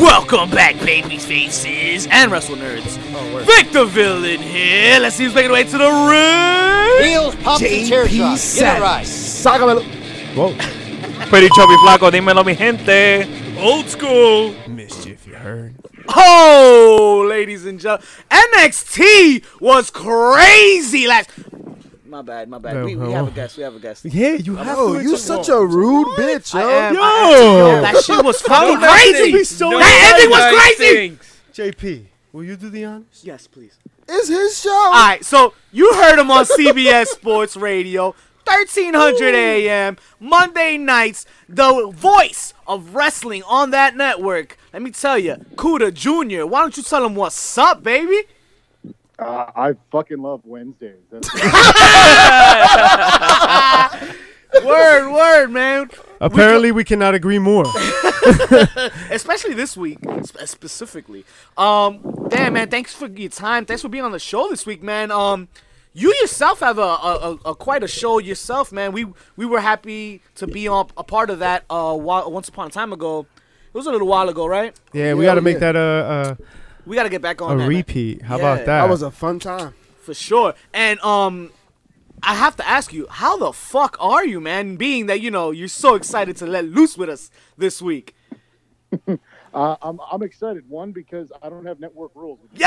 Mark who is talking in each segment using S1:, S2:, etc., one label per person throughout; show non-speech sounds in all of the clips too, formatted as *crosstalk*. S1: Welcome back, baby faces and wrestle nerds.
S2: Oh, word.
S1: Vic the villain here. Let's see who's making their way to the ring.
S2: Heels pop the chair shot. Get it right.
S3: Sácamelo. Whoa.
S4: Pretty Chubby Flaco, dímelo mi gente.
S1: Old school.
S3: Mischief, you heard?
S1: Oh, ladies and gentlemen, NXT was crazy last. My bad, my bad.
S3: No
S1: We, we
S3: problem.
S1: have a guest. We have a guest. Oh,
S3: Yeah, you have
S2: Yo,
S3: to.
S2: you such a rude bitch, yo.
S1: I am-
S3: Yo.
S1: I am- yo, *laughs* that shit was fucking crazy.
S3: be so
S1: that ending was crazy.
S3: JP, will you do the honors?
S1: Yes, please.
S2: It's his show.
S1: All right, so you heard him on CBS Sports Radio, 1300 AM, Monday nights, the voice of wrestling on that network. Let me tell you, Kuda Jr., why don't you tell him what's up, baby?
S5: Uh, I fucking love Wednesdays. That's
S1: Word, word, man.
S3: Apparently, we cannot agree more.
S1: Especially this week, sp- specifically. Um, damn, man, thanks for your time. Thanks for being on the show this week, man. Um, you yourself have a, a, a, a quite a show yourself, man. We we were happy to be on, a part of that. Uh, while, once upon a time ago, it was a little while ago, right?
S3: Yeah, we
S2: Yeah,
S3: got to
S2: yeah.
S3: make that a
S1: We gotta get back
S3: a,
S1: on
S3: a
S1: that, man,
S3: repeat. How
S1: Yeah.
S3: about that?
S2: That was a fun time.
S1: for sure. And um, I have to ask you, how the fuck are you, man? Being that you know you're so excited to let loose with us this week.
S5: uh, I'm, I'm excited. One because I don't have network rules. which is-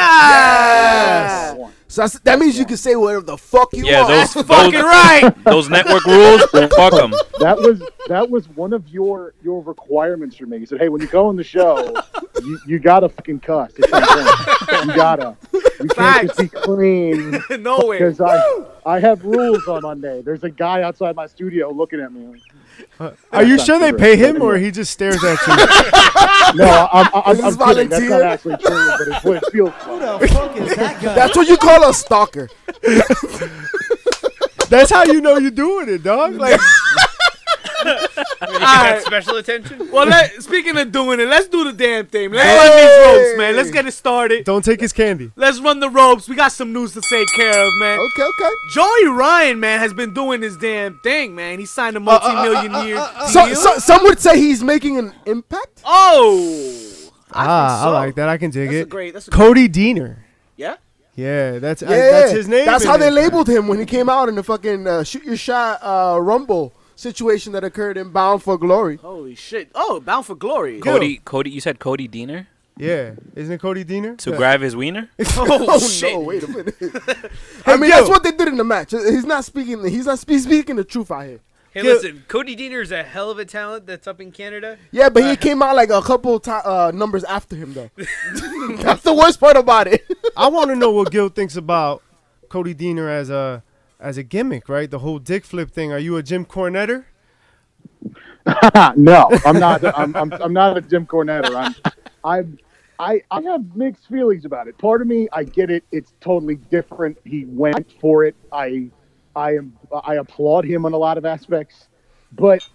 S1: Yes.
S5: One.
S2: So that's, that means you can say whatever the fuck you
S4: Yeah,
S2: want.
S4: those
S1: That's fucking
S4: those, *laughs*
S1: right. *laughs*
S4: those network rules, fuck them.
S5: That was that was one of your your requirements for me. You said, "Hey, when you go on the show, you, you gotta fucking cuss. It's important. you gotta. You can't just be clean
S1: no way.
S5: because I I have rules on Monday. There's a guy outside my studio looking at me.
S3: Are you sure they
S5: That's
S3: pay
S5: not
S3: him
S5: true.
S3: or he just stares at you?
S5: No, I'm, I'm,
S2: Is
S5: I'm,
S2: this
S5: kidding. That's not
S2: volunteer?
S5: actually true, but it's what it feels like.
S2: That's what you call a stalker.
S3: That's how you know you're doing it, dog. Like,
S6: You get
S1: Alright.
S6: that special attention?
S1: Well, let, speaking of doing it, let's do the damn thing. Let's run these ropes, man. Let's get it started.
S3: don't take his candy.
S1: Let's run the ropes. We got some news to take care of, man.
S2: Okay, okay.
S1: Joey Ryan, man, has been doing his damn thing, man. He signed a
S2: Uh,
S1: multi-million year
S2: So,
S1: deal.
S2: so, some would say he's making an impact.
S1: oh,
S3: Ah, I,
S1: so.
S3: like that. I can dig
S1: that's
S3: it.
S1: a great. That's a great.
S3: Cody Diener.
S1: Yeah.
S3: Yeah, that's I-
S2: Yeah,
S3: that's his name.
S2: That's
S3: in
S2: how they
S3: it.
S2: labeled him when he came out in the fucking uh, shoot your shot uh, rumble situation that occurred in Bound for Glory.
S1: Holy shit. Oh, Bound for Glory.
S4: Cody, Cody, you said Cody Diener
S3: Yeah, isn't it Cody Diener?
S4: to
S3: Yeah.
S4: grab his wiener.
S1: Oh, *laughs*
S2: Oh
S1: shit.
S2: no! Wait a minute. *laughs* I mean, that's what they did in the match. He's not speaking. He's not he's speaking the truth out here.
S6: Hey,
S3: Yeah.
S6: listen, Cody Diener is a hell of a talent that's up in Canada.
S2: Yeah, but he came out like a couple ti uh, numbers after him
S3: *laughs*
S2: though. that's the worst part about it.
S3: I want to know what Gil thinks about Cody Diener as a as a gimmick, right? The whole dick flip thing. Are you a Jim Cornetter?
S5: no, I'm not. I'm, I'm, I'm not a Jim Cornetter. I'm, I'm, I, I have mixed feelings about it. Part of me, I get it. It's totally different. He went for it. I, I am. I applaud him on a lot of aspects, but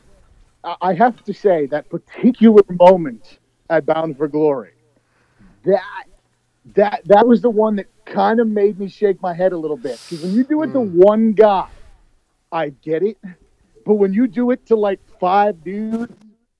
S5: I- I have to say that particular moment at Bound for Glory, that that that was the one that kind of made me shake my head a little bit because when you do it to one guy, I get it, but when you do it to like five dudes,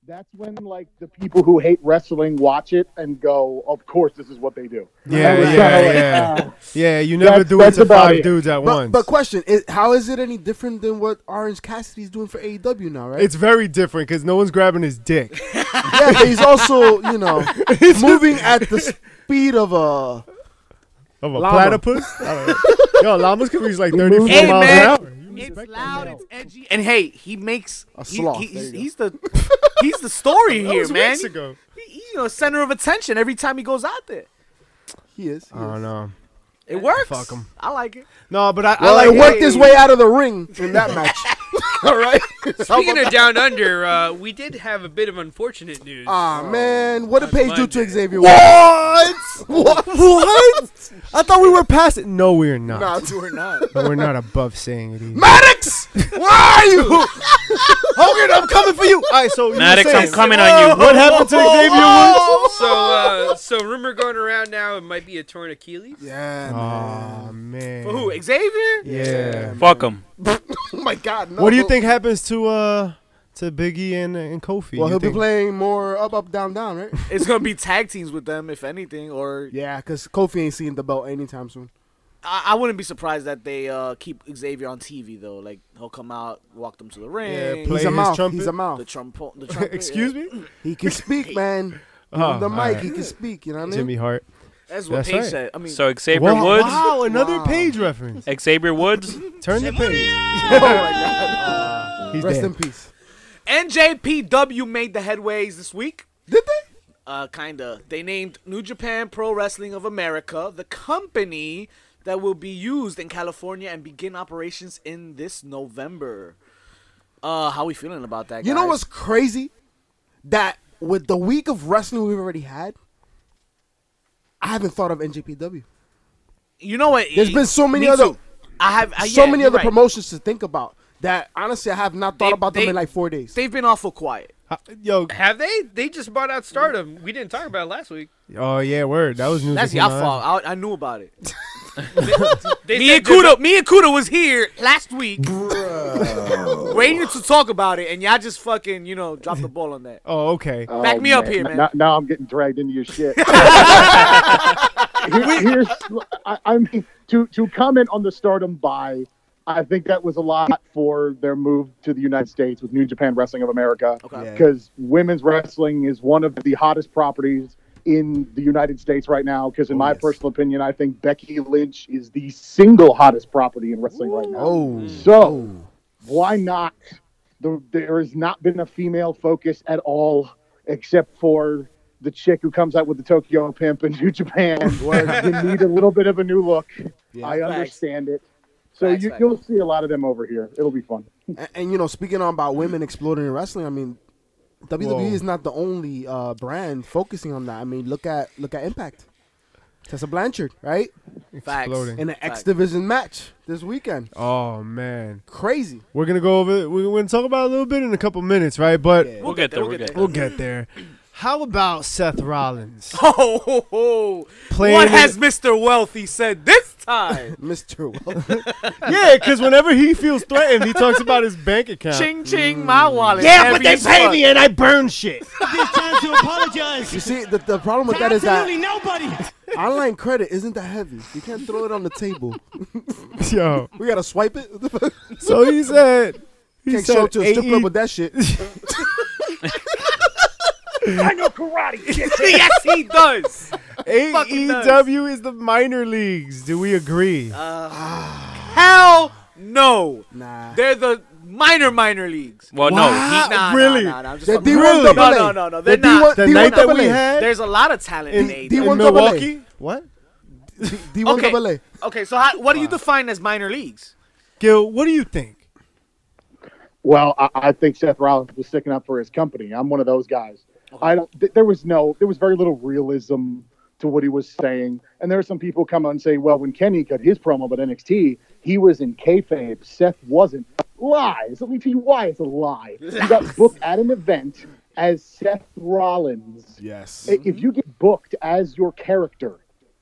S5: that's when like the people who hate wrestling watch it and go, "Of course, this is what they do."
S3: Yeah,
S5: I was
S3: yeah,
S5: kinda like,
S3: yeah.
S5: "Ah."
S3: Yeah, you never
S5: That's-
S3: do it
S5: that's
S3: to
S5: about
S3: five
S5: it.
S3: dudes at
S2: But,
S3: once.
S2: but question: is, How is it any different than what Orange Cassidy's doing for AEW now, right?
S3: *laughs* it's very different because no one's grabbing his dick.
S2: yeah, but he's also you
S3: *laughs*
S2: know moving at the speed of uh, a.
S3: Of a
S2: Llama.
S3: platypus? I don't know. Yo, llamas can reach like 34
S1: Hey,
S3: miles
S1: man.
S3: an hour. You
S1: It's
S3: respect
S1: loud,
S3: that.
S1: it's edgy, and hey, he makes
S2: A
S1: he-
S2: sloth,
S1: he-
S2: there
S1: he's,
S2: you go.
S1: he's the he's the
S2: *laughs*
S1: story
S3: That
S1: here,
S3: was
S1: man.
S3: weeks ago.
S1: He- he, you know, center of attention every time he goes out there.
S2: He is. He
S3: I don't
S2: is.
S3: know.
S1: It works.
S3: fuck 'em.
S1: I like it.
S3: No, but I,
S2: Well, like,
S3: I like
S2: he worked his way out of the ring in that
S3: *laughs*
S2: match. All right.
S1: Oh,
S6: Speaking of Down Under, uh, we did have a bit of unfortunate news.
S1: Oh.
S2: Ah
S3: Oh,
S2: man, what did Paige do to Xavier?
S3: What?
S2: *laughs*
S3: What? what? I thought we were past it. No, we're not.
S2: Nah, two or not.
S3: But we're not above saying it either.
S2: Maddox, where are you?
S3: *laughs* Hogan, I'm coming for you. All right, so you
S4: Maddox,
S3: were
S4: I'm
S3: saying,
S4: coming on you.
S3: What happened to Xavier Woods?
S6: So, uh, so rumor going around now, it might be a torn Achilles.
S2: Yeah.
S3: Oh man.
S1: For who? Xavier?
S3: Yeah. *laughs*
S4: Fuck him.
S2: Oh my God. No.
S3: What do you think happens to uh to Biggie and, and Kofi.
S2: Well,
S3: You
S2: he'll be
S3: *laughs* think-
S2: playing more up, up, down, down, right?
S1: It's gonna be tag teams with them, if anything, or
S2: yeah, because Kofi ain't seeing the belt anytime soon.
S1: I, I wouldn't be surprised that they uh, keep Xavier on TV though. Like he'll come out, walk them to the ring.
S3: Yeah,
S2: He's
S3: play
S2: a
S3: his
S2: mouth.
S3: trumpet.
S2: He's a
S1: the
S2: mouth.
S1: trump. The
S3: *laughs*
S1: trumpet,
S2: *laughs*
S3: Excuse
S1: yeah.
S3: me,
S2: He can speak, man. *laughs* Give him
S3: Oh,
S2: the
S3: all
S2: mic,
S3: right.
S2: he can speak. You know what I mean?
S3: Jimmy Hart.
S1: That's what
S3: That's
S1: Paige
S3: right.
S1: said. I mean,
S4: So Xavier
S3: Wow,
S4: Woods,
S3: wow, another
S2: Wow.
S3: page reference.
S4: Xavier Woods.
S3: Turn the page. *laughs*
S2: *laughs*
S3: He's
S2: Oh Rest
S3: dead.
S2: in peace.
S1: NJPW made the headways this week.
S2: Did they?
S1: Uh, kinda. They named New Japan Pro Wrestling of America the company that will be used in California and begin operations in this November. Uh, how we feeling about that?
S2: You know
S1: guys?
S2: what's crazy? That with the week of wrestling we've already had, I haven't thought of NJPW.
S1: You know what?
S2: There's
S1: E-
S2: been so many
S1: me
S2: other-
S1: too. I have I,
S2: so
S1: yeah,
S2: many
S1: you're
S2: other
S1: right.
S2: promotions to think about that honestly I have not thought
S1: They-
S2: about them
S1: they-
S2: in like four days.
S1: They've been awful quiet.
S3: Ha- Yo,
S6: Have they? They just bought out Stardom. We didn't talk about it last week.
S3: oh yeah, word. That was news.
S1: That's
S3: that came
S1: y'all
S3: out.
S1: fault. I, I knew about it.
S6: They
S1: me
S6: said
S1: and
S6: they're-
S1: Kudo, me and Kudo was here last week, *laughs* waiting to talk about it, and y'all just fucking you know dropped the ball on
S3: *laughs*
S1: that.
S3: Oh, okay.
S1: Back me up here, man.
S5: Now, now I'm getting dragged into your
S1: *laughs*
S5: shit. Here- here's, I, I mean, to to comment on the Stardom buy, I think that was a lot for their move to the United States with New Japan Wrestling of America,
S1: Okay.
S2: Yeah.
S5: because women's wrestling is one of the hottest properties in the United States right now. Because in my
S3: yes.
S5: personal opinion, I think Becky Lynch is the single hottest property in wrestling right now.
S2: Oh,
S5: So why not? The, there has not been a female focus at all, except for the chick who comes out with the Tokyo Pimp in *laughs* New Japan. Where you need a little bit of a new look. I
S1: Facts.
S5: understand it. So
S1: Facts,
S5: you,
S1: facts.
S5: you'll see a lot of them over here. It'll be fun.
S2: and, and, you know, speaking on about women exploding in wrestling, I mean, WWE
S3: Whoa.
S2: is not the only uh, brand focusing on that. I mean, look at look at Impact. Tessa Blanchard, right?
S1: Facts.
S3: Exploding.
S2: In an X
S1: Fact.
S2: Division match this weekend.
S3: Oh man,
S2: Crazy.
S3: we're gonna go over. We're gonna talk about it a little bit in a couple minutes, right? But
S4: We'll get there. We'll get there.
S3: we'll get there. How about Seth Rollins?
S1: Oh, *laughs* ho, ho.
S3: Playing
S1: what
S3: it-
S1: has Mr. Wealthy said this time?
S2: *laughs* Mr. Wel-
S3: yeah, because whenever he feels threatened, he talks about his bank account.
S1: ching ching, my wallet.
S3: Mm. Yeah, but
S1: heavy
S3: they
S1: as
S3: pay
S1: fuck.
S3: me and I
S7: *laughs*
S3: burn shit.
S7: It's time to apologize.
S2: you see, the, the problem with that is
S7: Absolutely
S2: that
S7: nobody.
S2: online credit isn't that heavy. You can't throw it on the table.
S3: *laughs* Yo,
S2: We gotta swipe it. *laughs*
S3: so he said. He
S2: Can't
S3: said E
S2: show up to a strip club
S3: AE
S2: with that
S3: *laughs*
S2: shit.
S1: *laughs* yes, he
S3: *laughs*
S1: does. fucking does.
S3: AEW E is the minor leagues. Do we agree?
S2: Uh,
S1: Hell no.
S2: Nah.
S1: They're the minor minor leagues.
S4: Well,
S3: Wow.
S4: no,
S1: Nah,
S3: really?
S1: Nah, nah, nah, I'm just
S2: They're
S1: fucking-
S2: D1
S3: Really?
S1: No,
S2: double A.
S1: no, no, no. They're
S2: The
S1: not.
S2: D1
S3: the
S2: D1
S3: night that
S2: double
S3: we
S2: A. *laughs*
S3: had
S1: There's a lot of talent in,
S3: in, in
S1: AEW.
S2: D1 double A.
S3: Milwaukee. What?
S2: D1
S1: Okay.
S2: double A.
S1: Okay, so how, what do you define as minor leagues?
S3: Gil, what do you think?
S5: Well, I, I think Seth Rollins was sticking up for his company. I'm one of those guys. I don't. Th- there was no. There was very little realism to what he was saying. And there are some people come out and say, "Well, when Kenny cut his promo at NXT, he was in kayfabe. Seth wasn't." Lies. Let me tell you why it's a lie. You got booked at an event as Seth Rollins.
S2: Yes.
S5: I- If you get booked as your character,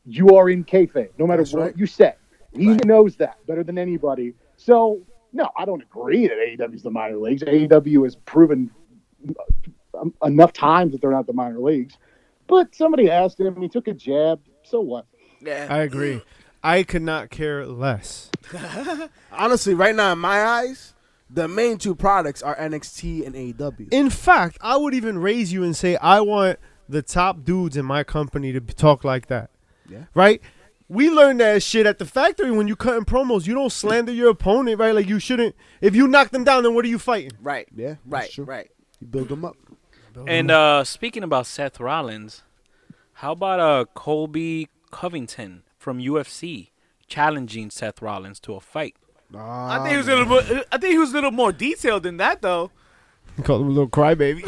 S5: you are in kayfabe, no matter
S2: That's
S5: what
S2: right.
S5: you say. He knows that better than anybody. So, no, I don't agree that AEW is the minor leagues. AEW has proven um, enough times that they're not the minor leagues. But somebody asked him, and he took a jab. So what?
S1: Yeah.
S3: I agree. I could not care less.
S2: Honestly, right now in my eyes, the main two products are NXT and E AEW.
S3: In fact, I would even raise you and say I want the top dudes in my company to b- talk like that.
S2: Yeah.
S3: Right? We learned that shit at the factory when you cutting promos. You don't slander your opponent, right? Like you shouldn't. If you knock them down, then what are you fighting?
S1: right.
S2: Yeah, that's
S1: Right.
S2: true.
S1: Right.
S2: You build them up.
S4: And uh, speaking about Seth Rollins, how about uh, Colby Covington from UFC challenging Seth Rollins to a fight?
S1: I think he was a
S2: Um,
S1: little. More, I think he was a little more detailed than that, though.
S3: Call them a little crybaby.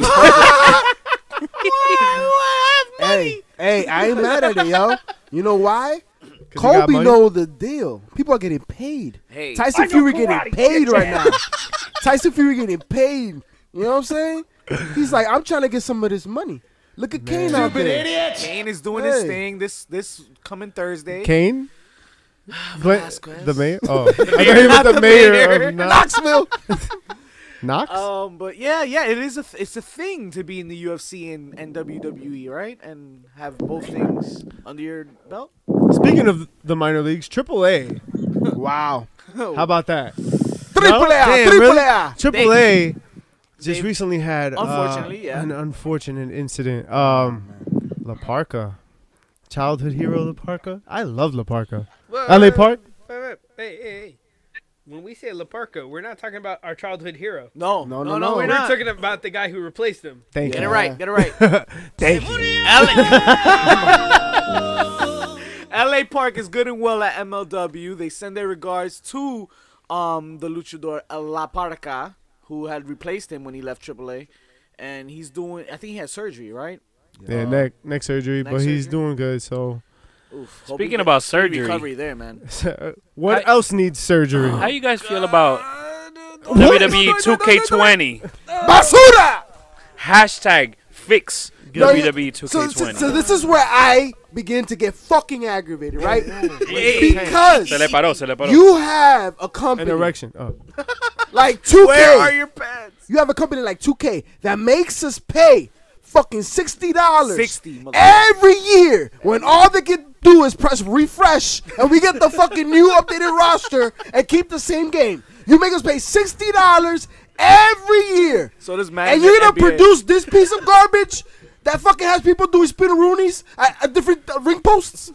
S2: Hey, hey, I ain't mad at it, yo. You know why?
S3: got
S2: Kobe
S3: money?
S2: know the deal. People are getting paid.
S1: Hey.
S2: Tyson Fury getting paid right now. Tyson Fury getting paid. You know what I'm saying? He's like, I'm trying to get some of this money. Look at Kane out there.
S1: Kane is doing his
S2: Hey.
S1: thing this this coming Thursday.
S3: Kane? Bla-
S1: Velasquez.
S3: the mayor? Oh. I thought he was the mayor.
S1: mayor.
S3: of Knox-
S2: Knoxville.
S3: Knox?
S1: Um, but yeah, yeah, it is a th- it's a thing to be in the UFC and, and WWE, right? And have both things under your belt.
S3: Speaking of the minor leagues, Triple A.
S2: Wow.
S3: *laughs* How about that?
S2: Triple A,
S3: Damn,
S2: Triple
S3: really?
S2: A.
S3: Triple A just
S1: They-
S3: recently had uh,
S1: Unfortunately, yeah.
S3: an unfortunate incident. Um, La Parca, childhood hero La Parca. I love La Parca.
S6: Whoa,
S3: LA
S1: Uh,
S6: wait,
S3: Park.
S6: wait, wait, Hey, hey, hey. When we say Laparca, we're not talking about our childhood hero.
S1: No,
S2: No,
S1: no,
S2: no,
S1: no,
S2: no.
S1: we're
S6: We're
S1: not.
S6: talking about the guy who replaced him.
S3: Thank
S1: Get it
S3: you.
S1: right. Get it right.
S3: *laughs* Thank you.
S1: LA Park is good and well at MLW. They send their regards to um, the luchador El La Parca, who had replaced him when he left AAA. And he's doing, I think he had surgery, right?
S3: Yeah,
S2: Uh,
S3: neck neck surgery,
S1: neck
S3: but he's
S1: surgery?
S3: doing good. So, *laughs*
S1: Oof, hope he
S4: Speaking
S1: get-
S4: about
S1: good
S4: surgery,
S1: recovery there, man.
S3: what
S4: I-
S3: else needs surgery?
S4: how you guys feel about E WWE 2K20?
S2: Basura.
S4: Hashtag fix E
S2: No, yeah.
S4: WWE
S2: So, so,
S4: 2K20.
S2: so this is where I begin to get fucking aggravated, right?
S4: Hey,
S2: because
S4: se le paró, se le paró.
S2: you have a
S3: An
S2: company
S3: erection. Oh,
S2: like 2K.
S1: Where are your pants?
S2: You have a company like 2K that makes us pay fucking sixty dollars
S1: 60, motherfucker.
S2: every year when all they can do is press refresh and we get the fucking new updated roster and keep the same game. You make us pay sixty dollars every year,
S1: So this man.
S2: and you're gonna produce this piece of garbage that fucking has people doing spinneroonies at, at different uh, ring posts.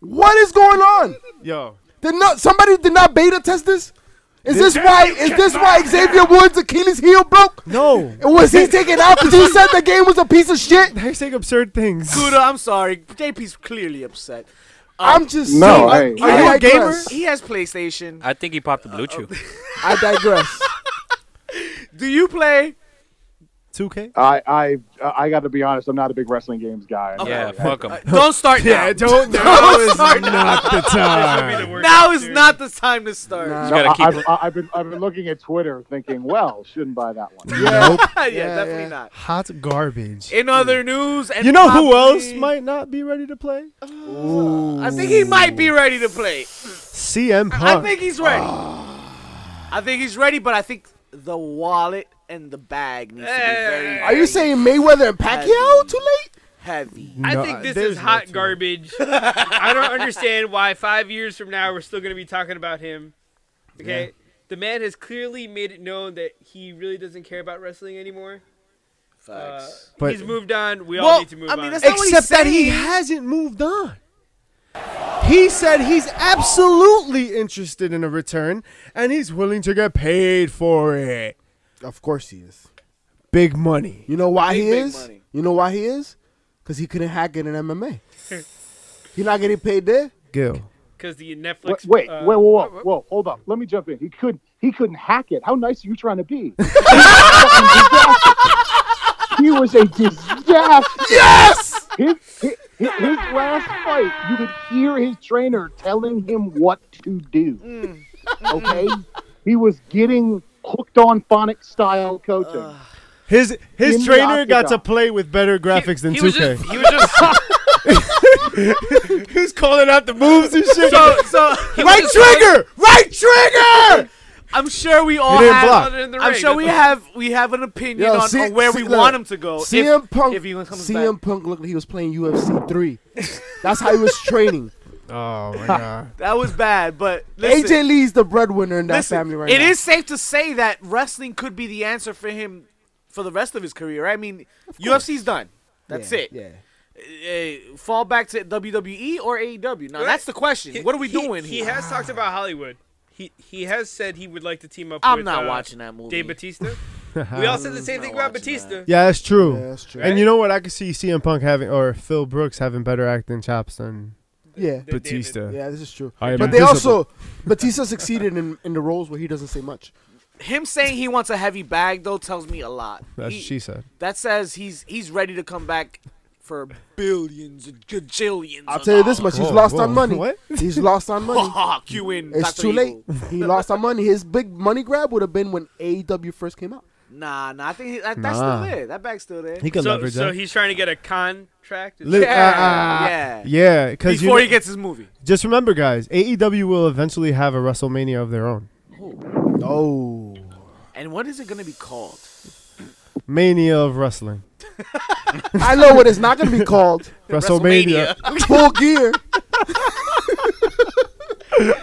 S2: What is going on?
S3: yo,
S2: Did not somebody did not beta test this? Is this why? Is this why Xavier Woods' Achilles heel broke?
S3: no. *laughs*
S2: And was he taken out because he said the game was a piece of shit?
S3: They're saying absurd things.
S2: uh,
S1: Kuda, I'm sorry. JP's clearly upset.
S2: I'm just
S5: No,
S2: saying,
S5: I-
S2: I,
S1: Are you
S3: a gamer?
S2: digress.
S1: He has PlayStation.
S4: I think he popped the blue chew.
S2: I digress.
S1: Do you play?
S3: *laughs* 2K.
S5: I I I got to be honest. I'm not a big wrestling games guy. I'm
S4: Yeah,
S5: sorry.
S4: fuck him.
S1: Don't start now.
S3: Yeah, don't. *laughs* Now is not the time.
S1: Now is not the time to start.
S2: Nah.
S1: *laughs*
S4: You
S5: No,
S4: gotta
S5: I,
S4: keep
S5: I've, I've been I've been looking at Twitter, thinking, well, shouldn't buy that one.
S3: Nope.
S1: yeah,
S2: Yeah,
S1: definitely
S2: yeah.
S1: not.
S3: Hot garbage.
S1: In other news, and
S3: You know who else
S1: probably-
S3: might not be ready to play?
S1: I think he might be ready to play.
S3: CM
S1: I
S3: Punk.
S1: think he's ready.
S2: Ah.
S1: I think he's ready, but I think the wallet and the bag needs to be very.
S2: Are you saying Mayweather and Pacquiao too late?
S1: heavy?
S6: I
S3: No,
S6: think this
S3: there's
S6: is hot
S3: no
S1: *laughs*
S3: team.
S6: garbage. I don't understand why five years from now we're still going to be talking about him. Okay, the man has clearly made it known that he really doesn't care about wrestling anymore. Uh,
S1: Facts.
S3: But-
S6: he's moved on. We
S1: Well,
S6: all need to move
S1: I mean,
S6: on.
S1: that's- not what he's
S3: Except that he
S1: saying.
S3: hasn't moved on. He said he's absolutely interested in a return and he's willing to get paid for it.
S2: Of course he is.
S3: Big money.
S2: You know why
S1: Big,
S2: he
S1: big
S2: is?
S1: money.
S2: You know why he is? Because he couldn't hack it in MMA. He not getting paid there.
S3: Gil.
S6: because the
S5: Wait,
S6: Netflix.
S5: wait,
S6: uh,
S5: wait, whoa, whoa, whoa, hold up. Let me jump in. He could he couldn't hack it. How nice are you trying to
S6: *laughs*
S5: be? He was a disaster. he was a disaster.
S2: Yes.
S5: His, his, his last fight, you could hear his trainer telling him what to do.
S6: Mm.
S5: Okay? He was getting hooked on phonic style coaching.
S3: His his
S5: In the
S3: trainer got to
S5: octagon.
S3: play with better graphics than
S6: he
S3: 2K.
S6: was just, he was just,
S3: He's calling out the moves and shit.
S1: So, so
S3: right trigger! Right trigger!
S1: *laughs* I'm sure we all
S3: didn't
S1: have.
S3: block.
S6: other than the
S1: I'm
S6: ring,
S1: sure
S6: that's
S1: we
S6: what-
S1: have we have an opinion
S2: Yo,
S1: on,
S2: see-
S1: on where
S2: see-
S1: we
S2: look,
S1: want him to go.
S2: CM
S1: if,
S2: Punk.
S1: if he comes
S2: CM
S1: back,
S2: Punk looked like he was playing UFC three. That's how he was training.
S3: Oh my god.
S1: that was bad. But listen,
S2: AJ Lee's the breadwinner in that
S1: Listen,
S2: family right
S1: It
S2: now.
S1: is safe to say that wrestling could be the answer for him for the rest of his career. right? I mean, UFC's done. That's
S2: Yeah,
S1: it.
S2: Yeah.
S1: Uh, fall back to WWE or AEW. Now that's the question.
S6: he-
S1: what are we
S6: he-
S1: doing
S6: He
S1: here?
S6: has talked about Hollywood. He he has said he would like to team up.
S1: I'm
S6: with,
S1: not
S6: uh,
S1: watching that movie.
S6: Dave Batista.
S1: *laughs*
S6: we all said the same
S1: not
S6: thing about
S1: watching that.
S6: Batista.
S3: Yeah, that's true.
S2: Yeah, that's true.
S3: And you know what? I could see CM Punk having or Phil Brooks having better acting chops than
S2: Yeah.
S6: David.
S3: Batista.
S2: Yeah, this is true.
S3: I am
S2: but they
S3: invisible.
S2: also
S3: *laughs*
S2: Batista succeeded in, in the roles where he doesn't say much.
S1: Him saying he wants a heavy bag though tells me a lot.
S3: That's
S1: He-
S3: what she said.
S1: That says he's he's ready to come back for billions and gajillions.
S2: I'll
S1: of
S2: tell you this much:
S1: dollars.
S2: he's
S3: Whoa,
S2: lost
S3: whoa.
S2: on money.
S3: What?
S2: He's lost
S1: *laughs*
S2: on money.
S1: you in.
S2: It's
S1: Dr.
S2: too late.
S1: Evil.
S2: He lost on money. His big money grab would have been when AEW first came out.
S3: *laughs*
S1: Nah, nah. I think he, that, that's
S3: Nah.
S1: still there. That bag's still there.
S3: He could
S6: So,
S3: leverage
S6: so
S3: that.
S6: he's trying to get a contract.
S3: Li- uh,
S2: Ah,
S3: uh,
S1: yeah.
S3: yeah, because
S1: Before he gets his movie.
S3: just remember, E guys, AEW will eventually have a WrestleMania of their own.
S2: Oh,
S1: And what is it going to be called?
S3: Mania of wrestling.
S2: I know what it's not going to be
S3: *laughs*
S2: called.
S3: WrestleMania. *laughs*
S2: Full gear.
S1: No,
S3: Well-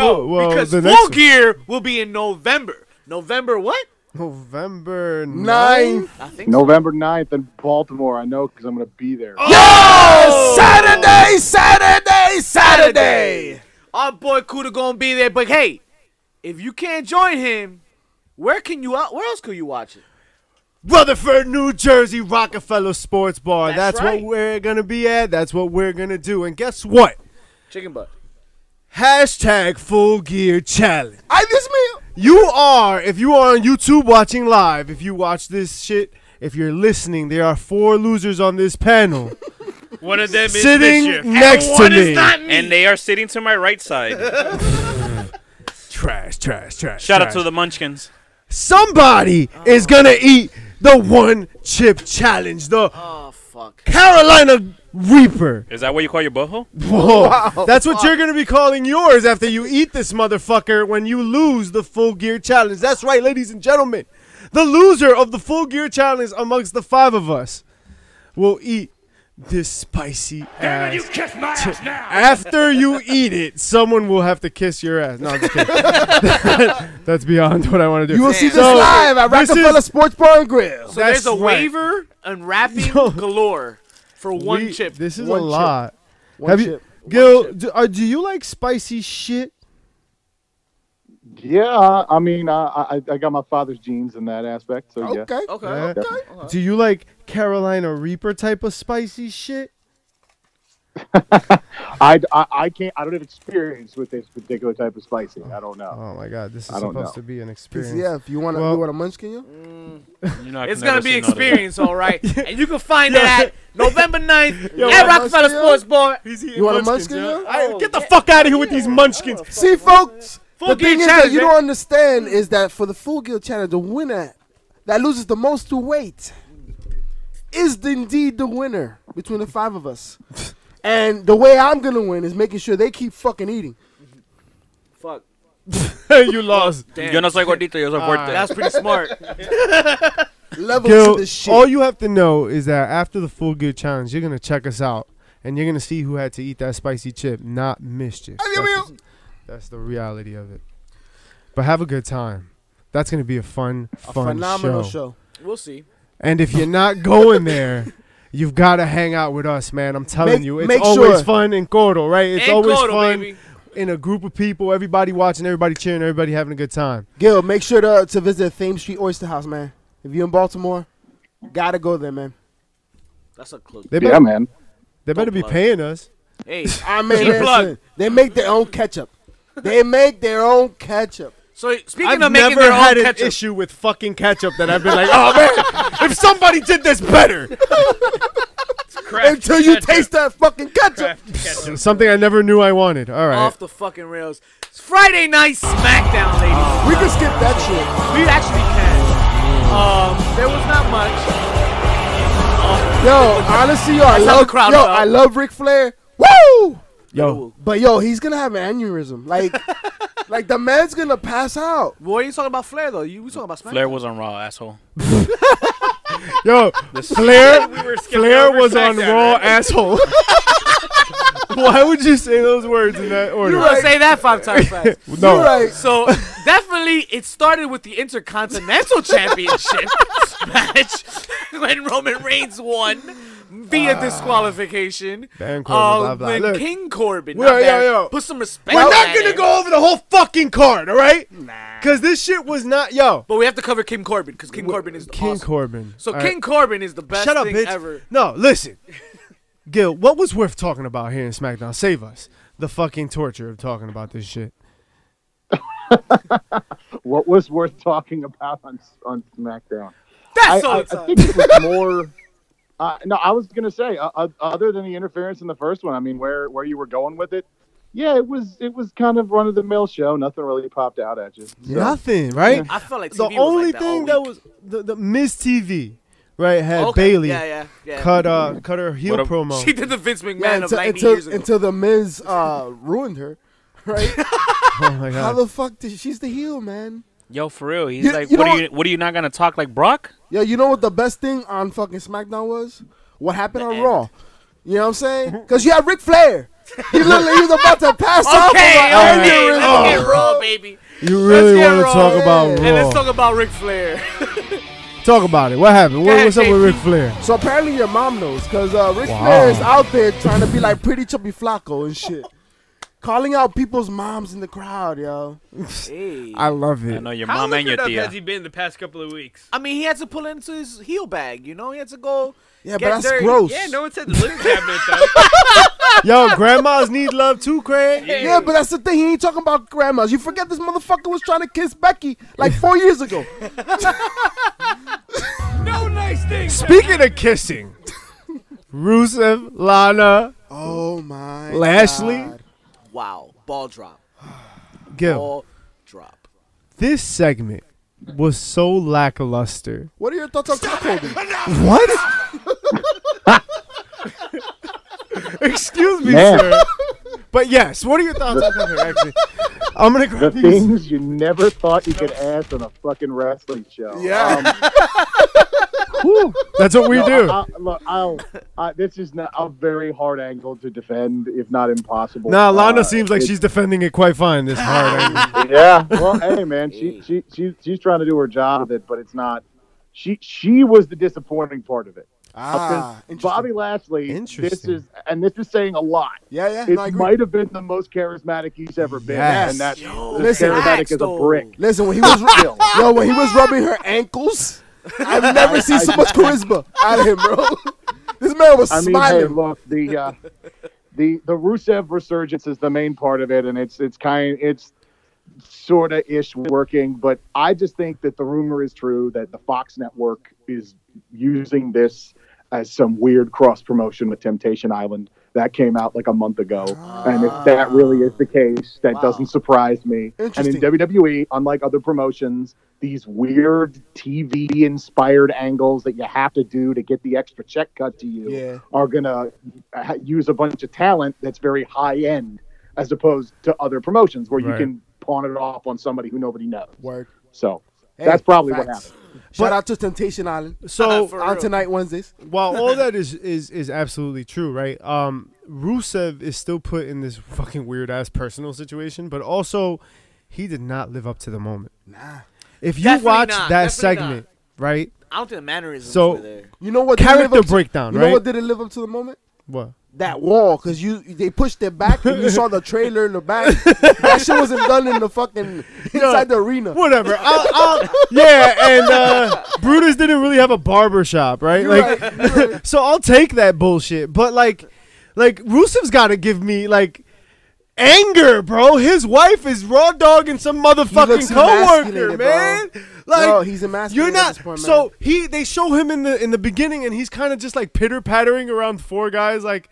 S3: Oh, well,
S1: because
S3: the next
S1: Full
S3: one.
S1: Gear will be in November. November what?
S3: November 9th.
S2: Nine.
S1: I think so.
S5: November 9th in Baltimore. I know because I'm going to be there.
S6: Oh.
S2: Saturday, Saturday, Saturday.
S1: Our boy Kuda gonna be there, but hey, if you can't join him, where can you? Where else could you watch it?
S3: Rutherford, New Jersey, Rockefeller Sports Bar.
S1: That's
S3: That's,
S1: right.
S3: what we're going to be at. That's what we're going to do. And guess what?
S1: Chicken butt.
S3: Hashtag Full Gear Challenge.
S2: I just mean
S3: You are, if you are on YouTube watching live, if you watch this shit, if you're listening, there are four losers on this
S4: *laughs*
S3: panel
S6: One of them is mischief.
S3: sitting next to me.
S4: And they are sitting to my right side.
S3: trash, trash, trash.
S4: Shout out
S3: trash.
S4: to the Munchkins.
S3: Somebody is gonna eat the one chip challenge, the
S1: Oh fuck.
S3: Carolina Reaper.
S4: Is that what you call your butthole?
S3: Whoa, that's what you're gonna be calling yours after you eat this motherfucker when you lose the full gear challenge. That's right, ladies and gentlemen. The loser of the full gear challenge amongst the five of us will eat this spicy ass. you kiss my ass now. After you eat it, someone will have to kiss your ass. No, I'm just kidding. *laughs* that's beyond what I want to do.
S2: you will see this
S3: So,
S2: live at
S3: this is-
S2: Rockefeller Sports Bar and Grill.
S1: So there's
S3: That's
S1: a
S3: right.
S1: waiver and wrapping
S3: Yo.
S1: galore for one
S3: We-
S1: chip.
S3: This is
S2: One
S3: a
S2: chip.
S3: lot.
S2: One
S3: Have
S2: chip.
S3: you, Gil? Do, are, do you like spicy shit?
S5: Yeah, I mean, I, I I got my father's genes in that aspect,
S6: Oh.
S5: so yeah.
S2: Okay.
S1: okay.
S3: Yeah.
S1: okay.
S3: Do you like Carolina Reaper type of spicy shit?
S5: *laughs* I, I, I can't. I don't have experience with this particular type of spicy. I don't know.
S3: Oh my god, this is
S5: I don't
S3: supposed to
S5: know.
S3: be an experience.
S2: Yeah, if you want to,
S3: Well-
S2: you want a munchkin, yo?
S4: You know, I
S1: It's
S4: can never
S1: gonna be
S4: say no to that.
S1: experience, all
S3: *laughs*
S1: right. and you can find that at November 9th
S2: wanna
S1: at Rockefeller
S2: see it?
S1: Sports Bar.
S2: You want a munchkin, yo?
S1: Oh,
S3: get the fuck out of here with these munchkins.
S2: See, folks,
S1: Full
S2: the
S1: gear
S2: thing is
S1: challenge,
S2: that you
S1: man.
S2: don't understand is that for the full gear challenge, the winner that loses the most to weight is the- indeed the winner between the five of us. and the way I'm gonna win is making sure they keep fucking eating.
S1: Fuck.
S3: *laughs* you lost.
S1: Damn.
S4: Yo no soy gordito, yo soy fuerte.
S1: That's pretty smart.
S2: Level
S3: Gil,
S2: to this shit.
S3: all you have to know is that after the full good challenge, you're gonna check us out and you're gonna see who had to eat that spicy chip, not mischief. That's, that's the reality of it. But have a good time. That's gonna be a fun, fun
S2: Phenomenal show.
S1: We'll see.
S3: And if you're not going there, you've got to hang out with us, man. I'm telling
S2: Make-
S3: you, it's
S2: make
S3: always
S2: sure.
S3: fun in Coro, right? It's
S1: And
S3: always
S1: Coro,
S3: fun
S1: baby.
S3: in a group of people, everybody watching, everybody cheering, everybody having a good time.
S2: Gil, make sure to, to visit Thames Street Oyster House, man. If you're in Baltimore, gotta go there, man.
S1: That's a clue.
S3: They better,
S5: Yeah, man.
S3: they better be paying us.
S1: Hey,
S2: I mean,
S1: Keep plug.
S2: listen, they make their own ketchup. They make their own ketchup.
S1: *laughs* so speaking
S3: I've
S1: of making
S3: never
S1: their own
S3: had an
S1: ketchup,
S3: issue with fucking ketchup that I've been like, oh man, if somebody did this better.
S6: Craft
S2: Until you
S6: ketchup.
S2: taste that fucking ketchup.
S6: Craft ketchup.
S3: Something I never knew I wanted. All right.
S1: off the fucking rails. It's Friday night SmackDown, ladies.
S2: We can skip that shit.
S1: We actually can. Um, there was not much.
S2: Yo, honestly, yo, I
S1: That's how the
S2: love
S1: crowd
S2: yo,
S1: felt.
S2: I love Ric Flair. Woo!
S3: Yo,
S2: But yo, he's gonna have an aneurysm.
S1: *laughs*
S2: Like, like the man's gonna pass out.
S1: Boy, you talking about Flair though? You we talking about SmackDown?
S4: Flair was on Raw, asshole.
S3: yo, Flair,
S6: We were skipping
S3: Flair
S6: over
S3: was on
S6: SmackDown,
S3: Raw,
S6: right?
S3: asshole. *laughs* Why would you say those words in that order?
S1: You gonna say that five times fast?
S3: No.
S2: You're right.
S1: So definitely, it started with the Intercontinental *laughs* Championship match when Roman Reigns won via disqualification. Uh,
S3: Baron Corbin, blah, blah.
S1: When
S3: Look.
S1: King Corbin,
S3: Yo,
S1: not
S3: yo,
S1: Baron-
S3: yo.
S1: put some respect.
S3: We're
S1: on
S3: not
S1: that
S3: gonna
S1: name.
S3: go over the whole fucking card, all right? Nah. Cause this shit was not yo.
S1: but we have to cover King Corbin because King Corbin is
S3: King
S1: awesome.
S3: Corbin.
S1: So
S3: All
S1: King Corbin is the
S3: right.
S1: best
S3: shut up,
S1: thing
S3: bitch.
S1: ever.
S3: No, listen,
S1: *laughs*
S3: Gil. What was worth talking about here in SmackDown? Save us the fucking torture of talking about this shit.
S5: What was worth talking about on on SmackDown? I,
S1: That's all the
S5: I, I
S1: time.
S5: think it was more. *laughs* Uh, no, I was gonna say, uh, uh, other than the interference in the first one, I mean, where where you were going with it, yeah, it was it was kind of run of the mill show. Nothing really popped out at you. So,
S3: Nothing, right?
S1: I felt like TV
S3: the
S1: was like
S3: only
S1: that all
S3: thing that
S1: week.
S3: was the, the Miz TV, right, had
S1: Okay,
S3: Bailey
S1: Yeah, yeah, yeah.
S3: cut uh cut her heel
S4: What a-
S3: promo.
S1: She did the Vince McMahon
S2: Yeah,
S1: of
S2: until
S1: 90
S2: until,
S1: years ago.
S2: until the Miz uh, ruined her. *laughs* Right?
S3: oh my
S2: How
S3: god.
S2: the fuck did she's the heel, man?
S4: Yo, for real. He's
S2: You-
S4: like,
S2: you
S4: what
S2: know
S4: are you? What are you not gonna talk like Brock?
S2: Yo, you know what the best thing on fucking SmackDown was? What happened on
S4: end.
S2: Raw. You know what I'm saying? Because you had Ric Flair.
S1: *laughs*
S2: He literally he was about to pass out from
S1: Okay,
S2: an
S1: okay,
S2: aneurysm.
S1: let's get raw, baby.
S3: You really
S1: get
S3: want to
S1: Raw.
S3: talk about Raw?
S1: And let's talk about Ric Flair.
S3: Talk about it. What happened? What,
S1: ahead,
S3: what's up with
S1: JP.
S3: Ric Flair?
S2: So apparently your mom knows, because uh, Ric
S3: Wow.
S2: Flair is out there trying to be like pretty chubby Flacco and shit. Calling out people's moms in the crowd, yo.
S1: hey.
S3: I love
S4: I
S3: it.
S4: know your
S6: How
S4: mom and your
S6: liquored up
S4: tia.
S6: has he been the past couple of weeks?
S1: I mean, he had to pull into his heel bag, you know? He had to go.
S2: Yeah,
S1: Get
S2: but that's
S1: dirty.
S2: gross.
S6: Yeah, no one said the liquor cabinet though.
S3: *laughs* Yo, grandmas need love too, Craig.
S2: Yeah, but that's the thing. He ain't talking about grandmas. You forget this motherfucker was trying to kiss Becky like four years
S5: *laughs*
S2: ago.
S6: no nice things.
S3: Speaking of *laughs* kissing, Rusev, Lana,
S2: Oh my.
S3: Lashley,
S2: God.
S1: Wow. Ball drop.
S3: Gil.
S1: Ball drop.
S3: This segment was so lackluster.
S2: What are your thoughts on cuckolding?
S3: What? *laughs* Excuse me,
S5: Man.
S3: sir. *laughs* But yes, what are your thoughts on that? Actually, I'm gonna
S5: The
S3: grab these.
S5: things you never thought you could ask on a fucking wrestling show.
S2: Yeah.
S5: Um, whew.
S3: That's what we
S5: No,
S3: do.
S5: I, I, look, I'll, I, this is not a very hard angle to defend, if not impossible.
S3: Nah, Lana
S5: Uh,
S3: seems like
S5: it-
S3: she's defending it quite fine. *laughs* This hard. angle.
S5: Yeah. Well, hey, man, she, she she she's trying to do her job with it, but it's not. She she was the disappointing part of it.
S2: ah, interesting.
S5: Bobby Lashley. This
S3: Interesting.
S5: is and this is saying a lot.
S2: Yeah, yeah.
S5: It
S2: no, I agree.
S5: might have been the most charismatic he's ever been,
S3: Yes.
S5: and that's
S1: Yo,
S5: as
S2: listen,
S5: charismatic as a
S1: though.
S5: brick.
S2: Listen, when he was
S5: *laughs*
S2: yo, when he was rubbing her ankles, I've
S5: *laughs*
S2: never seen so much charisma out of him, bro. *laughs* This man was
S5: I mean, hey,
S2: smiling.
S5: look, the uh, the the Rusev resurgence is the main part of it, and it's it's kind it's sort of ish working, but I just think that the rumor is true that the Fox network is using this as some weird cross promotion with Temptation Island that came out like a month ago, and if that really is the case, that doesn't surprise me. And in
S2: Interesting.
S5: WWE, E, unlike other promotions. These weird TV inspired angles that you have to do to get the extra check cut to you
S2: yeah,
S5: are going to use a bunch of talent that's very high end as opposed to other promotions where you
S3: Right.
S5: can pawn it off on somebody who nobody knows.
S2: word.
S5: So
S2: Hey,
S5: that's probably what
S2: facts.
S5: happened.
S2: Shout out to Temptation Island
S3: So
S1: For
S2: on
S1: real.
S2: tonight Wednesdays. *laughs*
S3: while all that is is is absolutely true, right? Um, Rusev is still put in this fucking weird ass personal situation, but also he did not live up to the moment.
S2: Nah.
S3: If you
S1: Definitely
S3: watch
S1: not,
S3: that
S1: definitely
S3: segment, right?
S1: I don't think the mannerisms
S3: So-
S1: were there.
S2: You know what? didn't live
S3: Character
S2: up to-
S3: breakdown,
S2: You
S3: right?
S2: know what didn't live up to the moment?
S3: what?
S2: That wall, cause you they pushed it back and you saw the trailer in the
S3: *laughs*
S2: back. that shit wasn't done in the fucking inside the arena.
S3: Whatever. I'll,
S2: *laughs*
S3: I'll, yeah, and uh, Brutus didn't really have a barber shop, right?
S2: You're
S3: like,
S2: right, you're right.
S3: so I'll take that bullshit. But like, like Rusev's got to give me like anger, bro. His wife is raw dogging some motherfucking
S2: looks
S3: coworker,
S2: emasculated, bro.
S3: man. *laughs* Like,
S2: Bro, he's emasculated
S3: You're
S2: at
S3: not.
S2: this point, man.
S3: so he they show him in the in the beginning, and he's kind of just like pitter pattering around four guys, like.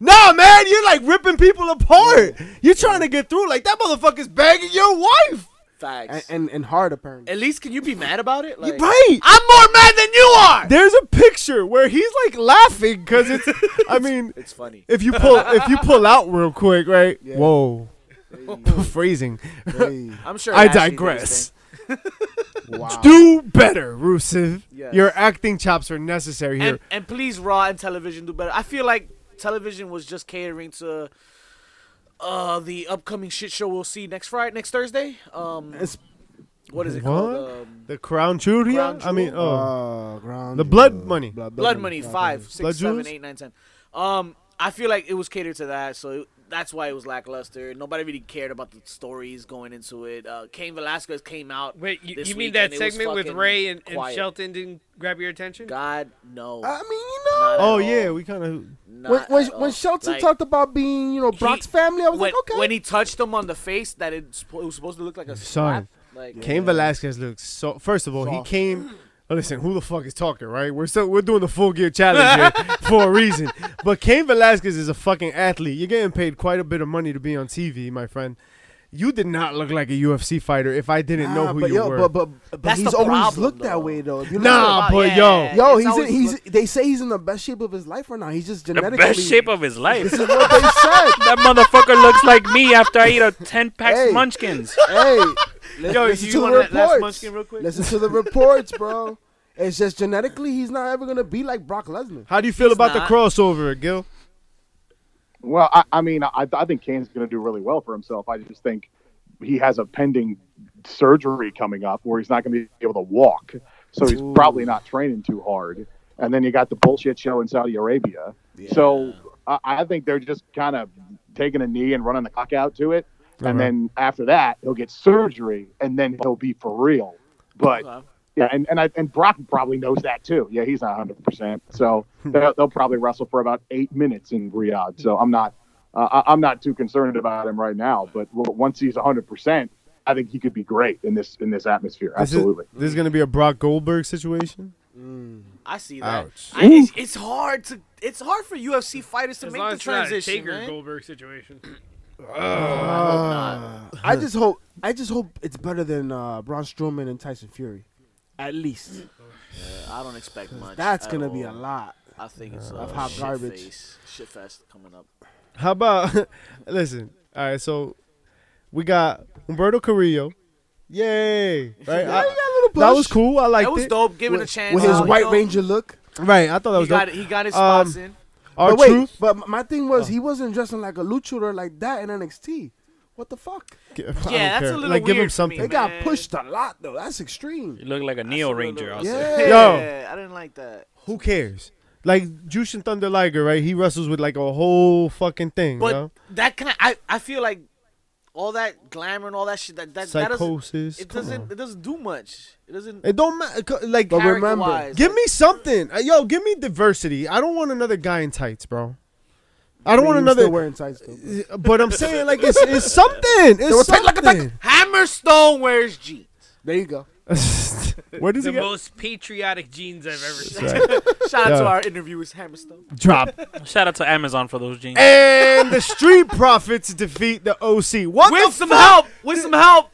S3: Nah, man, you're like ripping people apart. You're trying to get through. Like that motherfucker's banging your wife,
S1: Facts.
S2: and, and and hard apparently.
S3: *laughs*
S1: At least can you be mad about it? Like,
S3: right?
S1: I'm more mad than you are.
S3: There's a picture where he's like laughing because *laughs* it's. I mean,
S1: It's funny.
S3: if you pull if you pull out real quick, right? Whoa, *laughs* phrasing.
S2: Hey,
S1: I'm sure.
S3: I
S1: Lashley did his
S3: digress.
S2: wow.
S3: Do better, Rusev.
S1: Yes.
S3: Your acting chops are necessary
S1: thing.
S3: here.
S1: And, and please, Raw and television do better. I feel like television was just catering to uh the upcoming shit show we'll see next Friday, next Thursday. Um,
S2: It's-
S1: what is it
S3: What?
S1: called? Um,
S3: the crown jewel here.
S1: Crown
S3: I mean,
S1: jewel?
S3: oh,
S2: Uh, ground
S3: the blood
S2: zero.
S3: money.
S1: Blood Money five, six,
S3: Blood
S1: seven,
S3: Jewels?
S1: eight, nine, ten. Um, I feel like it was catered to that, so it, that's why it was lackluster. Nobody really cared about the stories going into it. Uh, Cain Velasquez came out.
S6: Wait, you,
S1: this
S6: you
S1: week
S6: mean that
S1: and it was
S6: segment with
S1: fucking
S6: Ray and, and
S1: quiet.
S6: Shelton didn't grab your attention?
S1: God no.
S2: I mean, you
S1: Not
S2: know,
S1: at
S3: Oh
S1: all.
S3: yeah, we kind of.
S1: Not
S2: when when,
S1: at all.
S2: when Shelton
S1: Like,
S2: talked about being, you know,
S1: he-
S2: Brock's family, I was
S1: when,
S2: like, okay.
S1: When he touched him on the face, that it, sp- it was supposed to look like a slap.
S3: Son.
S1: Like,
S3: Cain Velasquez looks so. First of all,
S2: Soft.
S3: he came. oh, Listen, who the fuck is talking, right? We're still we're doing the full gear challenge
S2: *laughs*
S3: here for a reason. But Cain Velasquez is a fucking athlete. You're getting paid quite a bit of money to be on TV, my friend. You did not look like a UFC fighter if I didn't know
S2: Ah,
S3: who
S2: but
S3: you
S2: yo,
S3: were.
S2: But, but, but
S1: That's
S2: he's
S1: the
S2: always
S1: problem,
S2: looked
S1: though.
S2: that way though. If you look
S3: nah,
S2: at-
S3: but
S1: Oh, yeah. it's
S2: yo,
S3: yo,
S2: he's in,
S1: always
S2: he's
S1: looked-
S2: they say he's in the best shape of his life right now. He's just
S4: The
S2: genetically
S4: best
S2: *laughs*
S4: shape of his life.
S2: This is what they said.
S4: that motherfucker looks like me after I eat a ten pack
S2: Hey.
S4: of munchkins.
S2: hey, let's,
S1: Yo,
S2: listen
S1: you
S2: to the
S1: want that last
S2: reports.
S1: munchkin real quick?
S2: Listen to the reports, bro. It's just genetically he's not ever gonna be like Brock Lesnar.
S3: how do you feel about
S1: not.
S3: the crossover, Gil?
S5: Well, I, I mean, I, I think Kane's going to do really well for himself. I just think he has a pending surgery coming up where he's not going to be able to walk, so he's probably not training too hard. And then you got the bullshit show in Saudi Arabia. So I, I think they're just kind of taking a knee and running the clock out to it.
S3: Uh-huh.
S5: And then after that, he'll get surgery, and then he'll be for real. But yeah, and and, I, and Brock probably knows that too. Yeah, he's not 100. percent So
S3: Hmm.
S5: they'll, they'll probably wrestle for about eight minutes in Riyadh. So I'm not uh, I- I'm not too concerned about him right now. But w- once he's 100, percent I think he could be great in this in this atmosphere.
S3: This is-
S5: Absolutely.
S3: This is, gonna be a Brock Goldberg situation.
S1: I see that.
S3: Ouch.
S1: I, it's, it's hard to. It's hard for UFC fighters to
S6: As
S1: make
S6: long
S1: the
S6: as it's not a
S1: transition.
S6: Taker
S1: man.
S6: Goldberg *laughs* situation.
S2: I just hope I just hope it's better than uh, Braun Strowman and Tyson Fury. At least
S1: I don't expect much.
S2: that's
S1: at
S2: gonna be a
S1: all.
S2: lot.
S1: I think it's uh,
S2: Of hot
S1: shit
S2: garbage.
S1: Face, shit fest coming up.
S3: How about *laughs* listen? All right, so we got Humberto Carrillo. Yay! Right, I- that was cool. I liked
S1: That was
S3: it.
S1: dope. Give it a chance.
S2: With his
S1: uh, you
S2: White
S1: know,
S2: Ranger look.
S3: Right, I thought that
S1: He
S3: was
S1: got,
S3: dope.
S1: it- he got his
S3: Um,
S1: spots in.
S3: Our
S2: but wait,
S3: truth. Oh.
S2: but m- my thing was he wasn't dressing like a luchador like that in NXT. What the fuck?
S3: Yeah, that's
S1: that's a little
S3: like give him
S1: weird for me.
S3: something.
S2: They got
S1: Man.
S2: pushed a lot though. That's extreme.
S4: You look like a Neo Ranger. I'll say.
S2: Yeah.
S1: Yeah,
S3: Yo.
S1: I didn't like that.
S3: Who cares? Like Jushin Thunder Liger, right? He wrestles with like a whole fucking thing,
S1: But
S3: you know?
S1: that kind of I, I feel like all that glamour and all that shit that that, that doesn't
S3: Psychosis.
S1: it
S3: come
S1: doesn't
S3: on.
S1: it doesn't do much. It doesn't.
S3: It don't matter. Like,
S2: But
S1: character
S2: remember,
S1: wise,
S3: give me something, Uh, yo. Give me diversity. I don't want another guy in tights, bro. I
S2: He
S3: don't want
S2: was
S3: another.
S2: still wearing tights. Though.
S3: *laughs* But I'm saying like it's, it's something.
S1: *laughs*
S3: It's something.
S1: Hammerstone wears
S3: *laughs*
S1: jeans.
S2: There you go.
S1: *laughs*
S3: Where does
S6: The
S3: he get?
S6: most patriotic jeans I've ever seen.
S3: *laughs*
S1: Shout out
S3: Yeah.
S1: to our interviewers, Hammerstone.
S3: Drop.
S4: Shout out to Amazon for those jeans.
S3: and the Street Profits defeat the OC. What the
S1: With some
S3: fuck?
S1: help, with some help,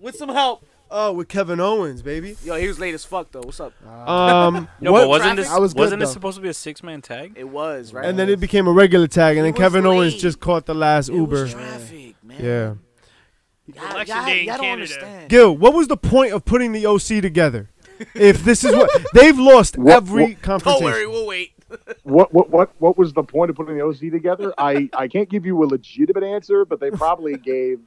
S1: with some help.
S3: Oh, with Kevin
S1: *laughs*
S3: Owens, baby.
S1: Yo, he was late as fuck though. What's up?
S3: Um,
S4: Yo,
S3: what-
S4: but wasn't this
S2: I was good,
S4: wasn't
S2: though.
S4: this supposed to be a six man tag?
S1: It was right.
S3: and then it became a regular tag, and then
S1: was
S3: Kevin Owens
S1: late.
S3: just caught the last
S1: It
S3: Uber.
S1: was traffic, man.
S3: Yeah.
S1: Y'all-
S6: Election
S1: y'all-
S6: day in
S1: y'all don't
S6: Canada.
S1: understand.
S3: Gil, what was the point of putting the OC together? If this is
S1: *laughs*
S3: what they've lost
S5: What-
S3: every
S1: Don't
S3: confrontation.
S1: worry, we'll wait.
S5: What what what what was the point of putting the OC together? I I can't give you a legitimate answer, but they probably gave.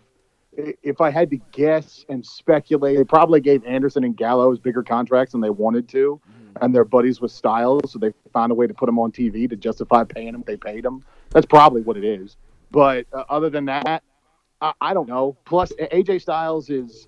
S5: i- If I had to guess and speculate, they probably gave Anderson and Gallows bigger contracts than they wanted to, and their buddies with Styles, so they found a way to put them on TV to justify paying them. They paid them. That's probably what it is. But uh, other than that, I, I don't know. Plus, A- AJ Styles is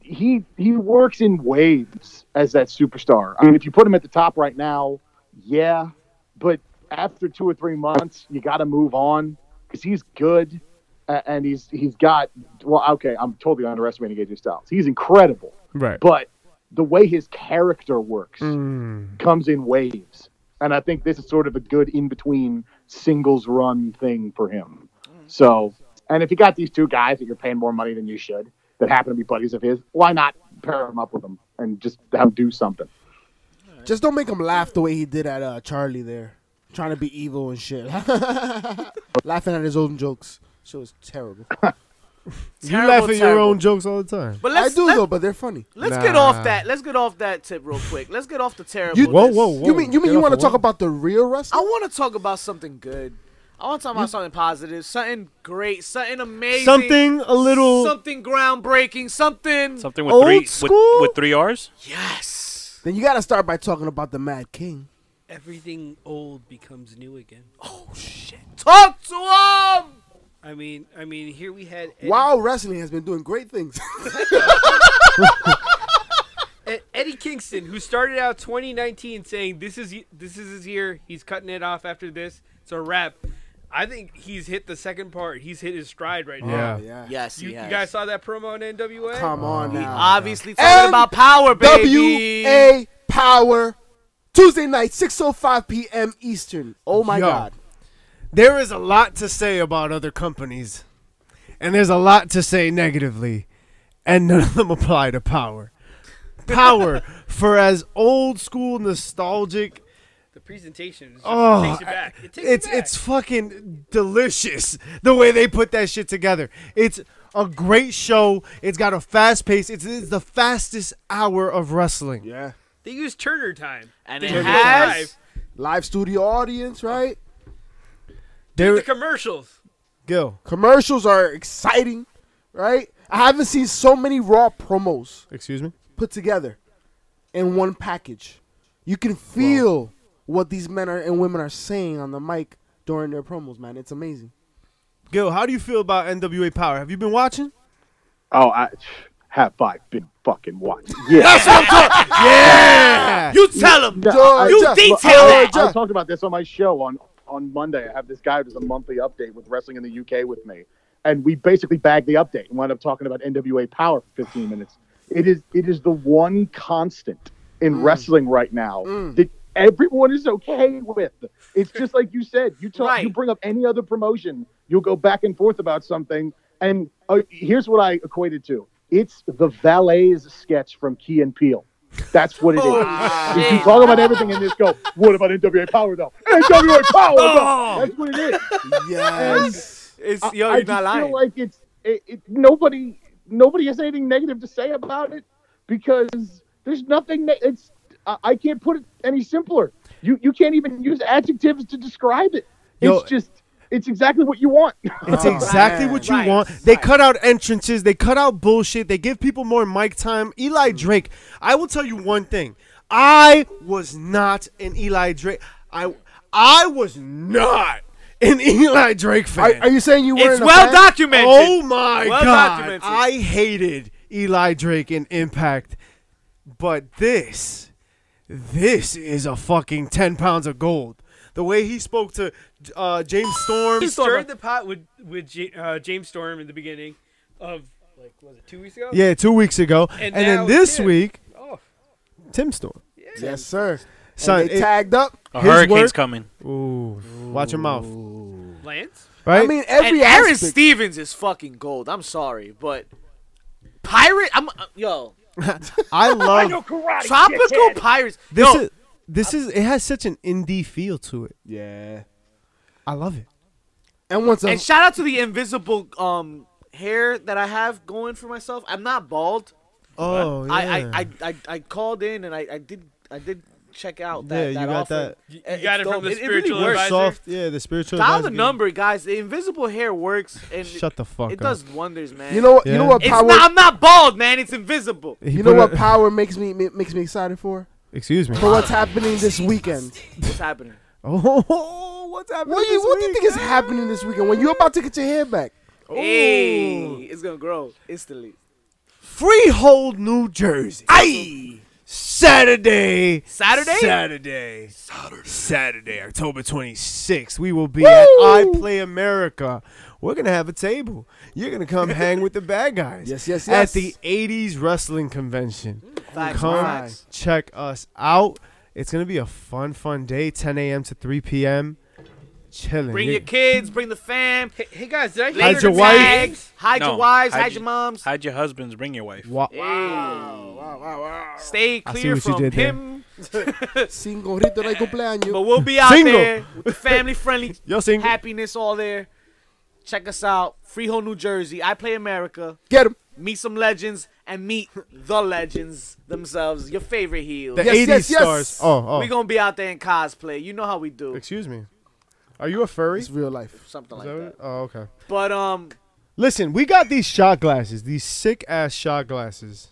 S5: he he works in waves as that superstar. I mean, if you put him at the top right now, yeah, but after two or three months, you got to move on because he's good, a- and he's he's got well. Okay, I'm totally underestimating AJ Styles. He's incredible,
S3: Right.
S5: but the way his character works
S3: Mm.
S5: comes in waves, and I think this is sort of a good in between singles run thing for him. So, and if you got these two guys that you're paying more money than you should, that happen to be buddies of his, why not pair them up with them and just have them do something?
S2: Just don't make him laugh the way he did at uh, Charlie there, trying to be evil
S1: *laughs*
S2: and shit, laughing at his own jokes. Shit was terrible.
S3: You
S1: Terrible,
S3: laugh at your
S1: terrible.
S3: own jokes all the time.
S1: But
S2: I
S1: let's
S2: do
S1: let's,
S2: though, but they're funny.
S1: let's get off
S3: Nah.
S1: that. Let's get off that tip real quick. Let's get off the terrible.
S3: Whoa, whoa, whoa.
S2: you mean you
S3: Get
S2: mean you
S3: off
S2: want to
S3: of
S2: talk
S3: one.
S2: about the real wrestling?
S1: I want to talk about something good. I want to talk about something positive, something great, something amazing,
S3: something a little
S1: something groundbreaking, something.
S4: *laughs* Something with
S3: Old
S4: three
S3: school?
S4: With, with three R's.
S1: yes.
S2: Then you got to start by talking about the Mad King.
S6: *laughs* Everything old becomes new again.
S1: Talk to him.
S6: I mean, I mean, here we had Eddie,
S2: Wow, wrestling has been doing great things.
S6: Ed- E-, Eddie Kingston, who started out 2019 saying this is this is his year. He's cutting it off after this. It's a wrap. I think he's hit the second part. He's hit his stride right now.
S2: *laughs*
S3: Yeah.
S2: yeah.
S1: Yes,
S6: You,
S1: he
S6: you
S1: has.
S6: guys saw that promo on NWA?
S2: Come on
S1: He
S3: Uh,
S2: now.
S1: obviously talking about power, baby.
S2: WA Power Tuesday night 6:05 p.m. Eastern. Oh my
S3: Yo.
S2: god.
S3: There is a lot to say about other companies. and there's a lot to say negatively, and none of them apply to power.
S1: *laughs*
S3: Power for as old school nostalgic
S6: The presentation is just,
S3: Oh,
S6: takes you back. It takes
S3: it's
S6: you back.
S3: it's fucking delicious the way they put that shit together. It's a great show. It's got a fast pace. It's, it's the fastest hour of wrestling.
S2: Yeah.
S6: they use Turner time.
S1: And
S6: They
S1: it
S6: use
S1: has.
S6: live.
S2: Live studio audience, right?
S3: There
S6: the commercials.
S3: go.
S2: Commercials are exciting, right? I haven't seen so many raw promos
S3: Excuse me.
S2: put together in one package. You can feel what these men are and women are saying on the mic during their promos, man. It's amazing.
S3: Gil, how do you feel about NWA Power? Have you been watching?
S5: Oh, I have I been fucking watching? Yeah,
S1: You tell him.
S5: No, I-
S1: You
S2: just-
S1: detail
S2: I-
S1: that.
S2: I-
S5: uh, I talked about this on my show on on Monday. I have this guy who does a monthly update with wrestling in the UK with me, and we basically bagged the update and wound up talking about NWA Power for
S1: *sighs*
S5: 15 minutes. It is it is the one constant in
S1: Mm.
S5: wrestling right now that everyone is okay with. It's just like you said. You talk,
S1: Right.
S5: you bring up any other promotion, you'll go back and forth about something. And uh, here's what I equate it to: it's the valet's sketch from Key and Peele. That's what it is. If you talk about everything and just go, what about NWA Power though? NWA Power though. That's what it is.
S2: Yes.
S1: It's,
S5: I-
S1: yo,
S5: I
S1: you're
S5: just
S1: not lying.
S5: feel like it's it, it, nobody nobody has anything negative to say about it because there's nothing. Ne- it's I, I can't put it any simpler. You you can't even use adjectives to describe it. It's
S3: Yo-
S5: just it's exactly what you want.
S3: It's
S2: Uh-huh.
S3: exactly
S2: man.
S3: what you
S1: Right,
S3: want. They
S1: right.
S3: cut out entrances. They cut out bullshit. They give people more mic time. Eli
S1: Mm.
S3: Drake. I will tell you one thing. I was not an Eli Drake. I I was not an *laughs* Eli Drake
S2: Are,
S3: fan.
S2: are you saying you were
S1: It's well documented.
S3: oh my
S1: Well
S3: god!
S1: documented.
S3: I hated Eli Drake and Impact, but this, this is a fucking ten pounds of gold. The way he spoke to uh, James Storm.
S6: He stirred the pot with with J- uh, James Storm in the beginning of like was it two weeks ago?
S3: Yeah, two weeks ago. And,
S6: And
S3: then
S6: now
S3: this
S6: Tim.
S3: week,
S6: Oh,
S3: Tim Storm.
S2: Yes, sir.
S3: Son,
S2: and they
S3: it-
S2: tagged up.
S4: A
S3: His
S4: hurricane's
S3: work-
S4: coming.
S3: Ooh, watch your mouth.
S6: Lance.
S3: Right?
S2: I mean, every
S1: and Aaron
S2: aspect.
S1: Stevens is fucking gold. I'm sorry, but pirate. I'm uh, yo
S2: *laughs*
S3: I love
S1: tropical pirates.
S3: this.
S1: yo,
S3: is, uh, this is it has such an indie feel to it.
S2: yeah.
S3: I love it.
S2: And once a,
S1: and shout out to the invisible um hair that I have going for myself. I'm not bald.
S3: Oh, yeah.
S1: I, I, I I I called in and I I did I did check out that
S3: Yeah, you
S1: that
S3: got
S1: offer.
S3: that.
S6: You,
S1: It's
S6: got it from
S1: dope.
S6: the
S1: It- it really
S6: spiritual
S1: works.
S6: advisor.
S3: soft. Yeah, the spiritual.
S1: Dial the
S3: advisor.
S1: number, guys. The invisible hair works, and
S3: Shut the fuck
S1: it, it
S3: up.
S1: does wonders, man.
S2: you know what? You
S3: Yeah.
S2: know what
S1: it's
S2: power?
S1: not. I'm not bald, man. It's invisible.
S3: He
S2: you
S3: put
S2: know what
S3: *laughs* a-
S2: power makes me ma- makes me excited for?
S3: excuse me.
S2: For what's happening this weekend.
S1: What's happening?
S3: *laughs* Oh, what's happening?
S2: What do you,
S3: this
S2: what do you think is
S3: week?
S2: happening this weekend? When you're about to get your hair back?
S1: Hey, it's gonna grow instantly.
S3: Freehold, New Jersey. Aye. Saturday.
S1: Saturday?
S3: Saturday. Saturday. Saturday, October 26th. We will be at I Play America. We're going to have a table. You're going to come hang with the bad guys.
S2: Yes, yes, yes.
S3: At the 80s wrestling convention.
S1: Facts,
S3: Come
S1: facts.
S3: check us out. It's going to be a fun, fun day. 10 a.m. to 3 p.m. Chilling.
S1: Bring
S3: You-
S1: your kids. Bring the fam.
S6: Hey, hey guys, did I Um, hear
S3: Hide your
S6: the
S3: wife.
S6: tags?
S1: Hide
S4: No,
S1: your wives.
S4: hide
S1: Hide,
S4: your-
S1: your moms.
S4: Hide your husbands. Bring your wife.
S3: Wa-
S1: Stay
S3: I see
S1: clear
S3: what you
S1: from
S3: did there.
S1: him.
S2: Singorito de
S1: But
S2: cumpleaños.
S1: we'll be out
S3: Single.
S1: there with the family friendly
S3: *laughs* Yo, sing.
S1: happiness all there. Check us out. Freehold, New Jersey. I play America.
S2: Get him.
S1: Meet some legends and meet the legends themselves. Your favorite heels.
S3: the
S2: Yes,
S3: 80s
S2: yes, yes.
S3: stars. Oh, oh.
S1: we gonna be out there in cosplay. You know how we do.
S3: Excuse me. Are you a furry?
S2: It's real life.
S1: Something
S3: Is
S1: like
S3: that
S1: that.
S3: what- Oh, okay.
S1: But um
S3: Listen, we got these shot glasses, these sick ass shot glasses.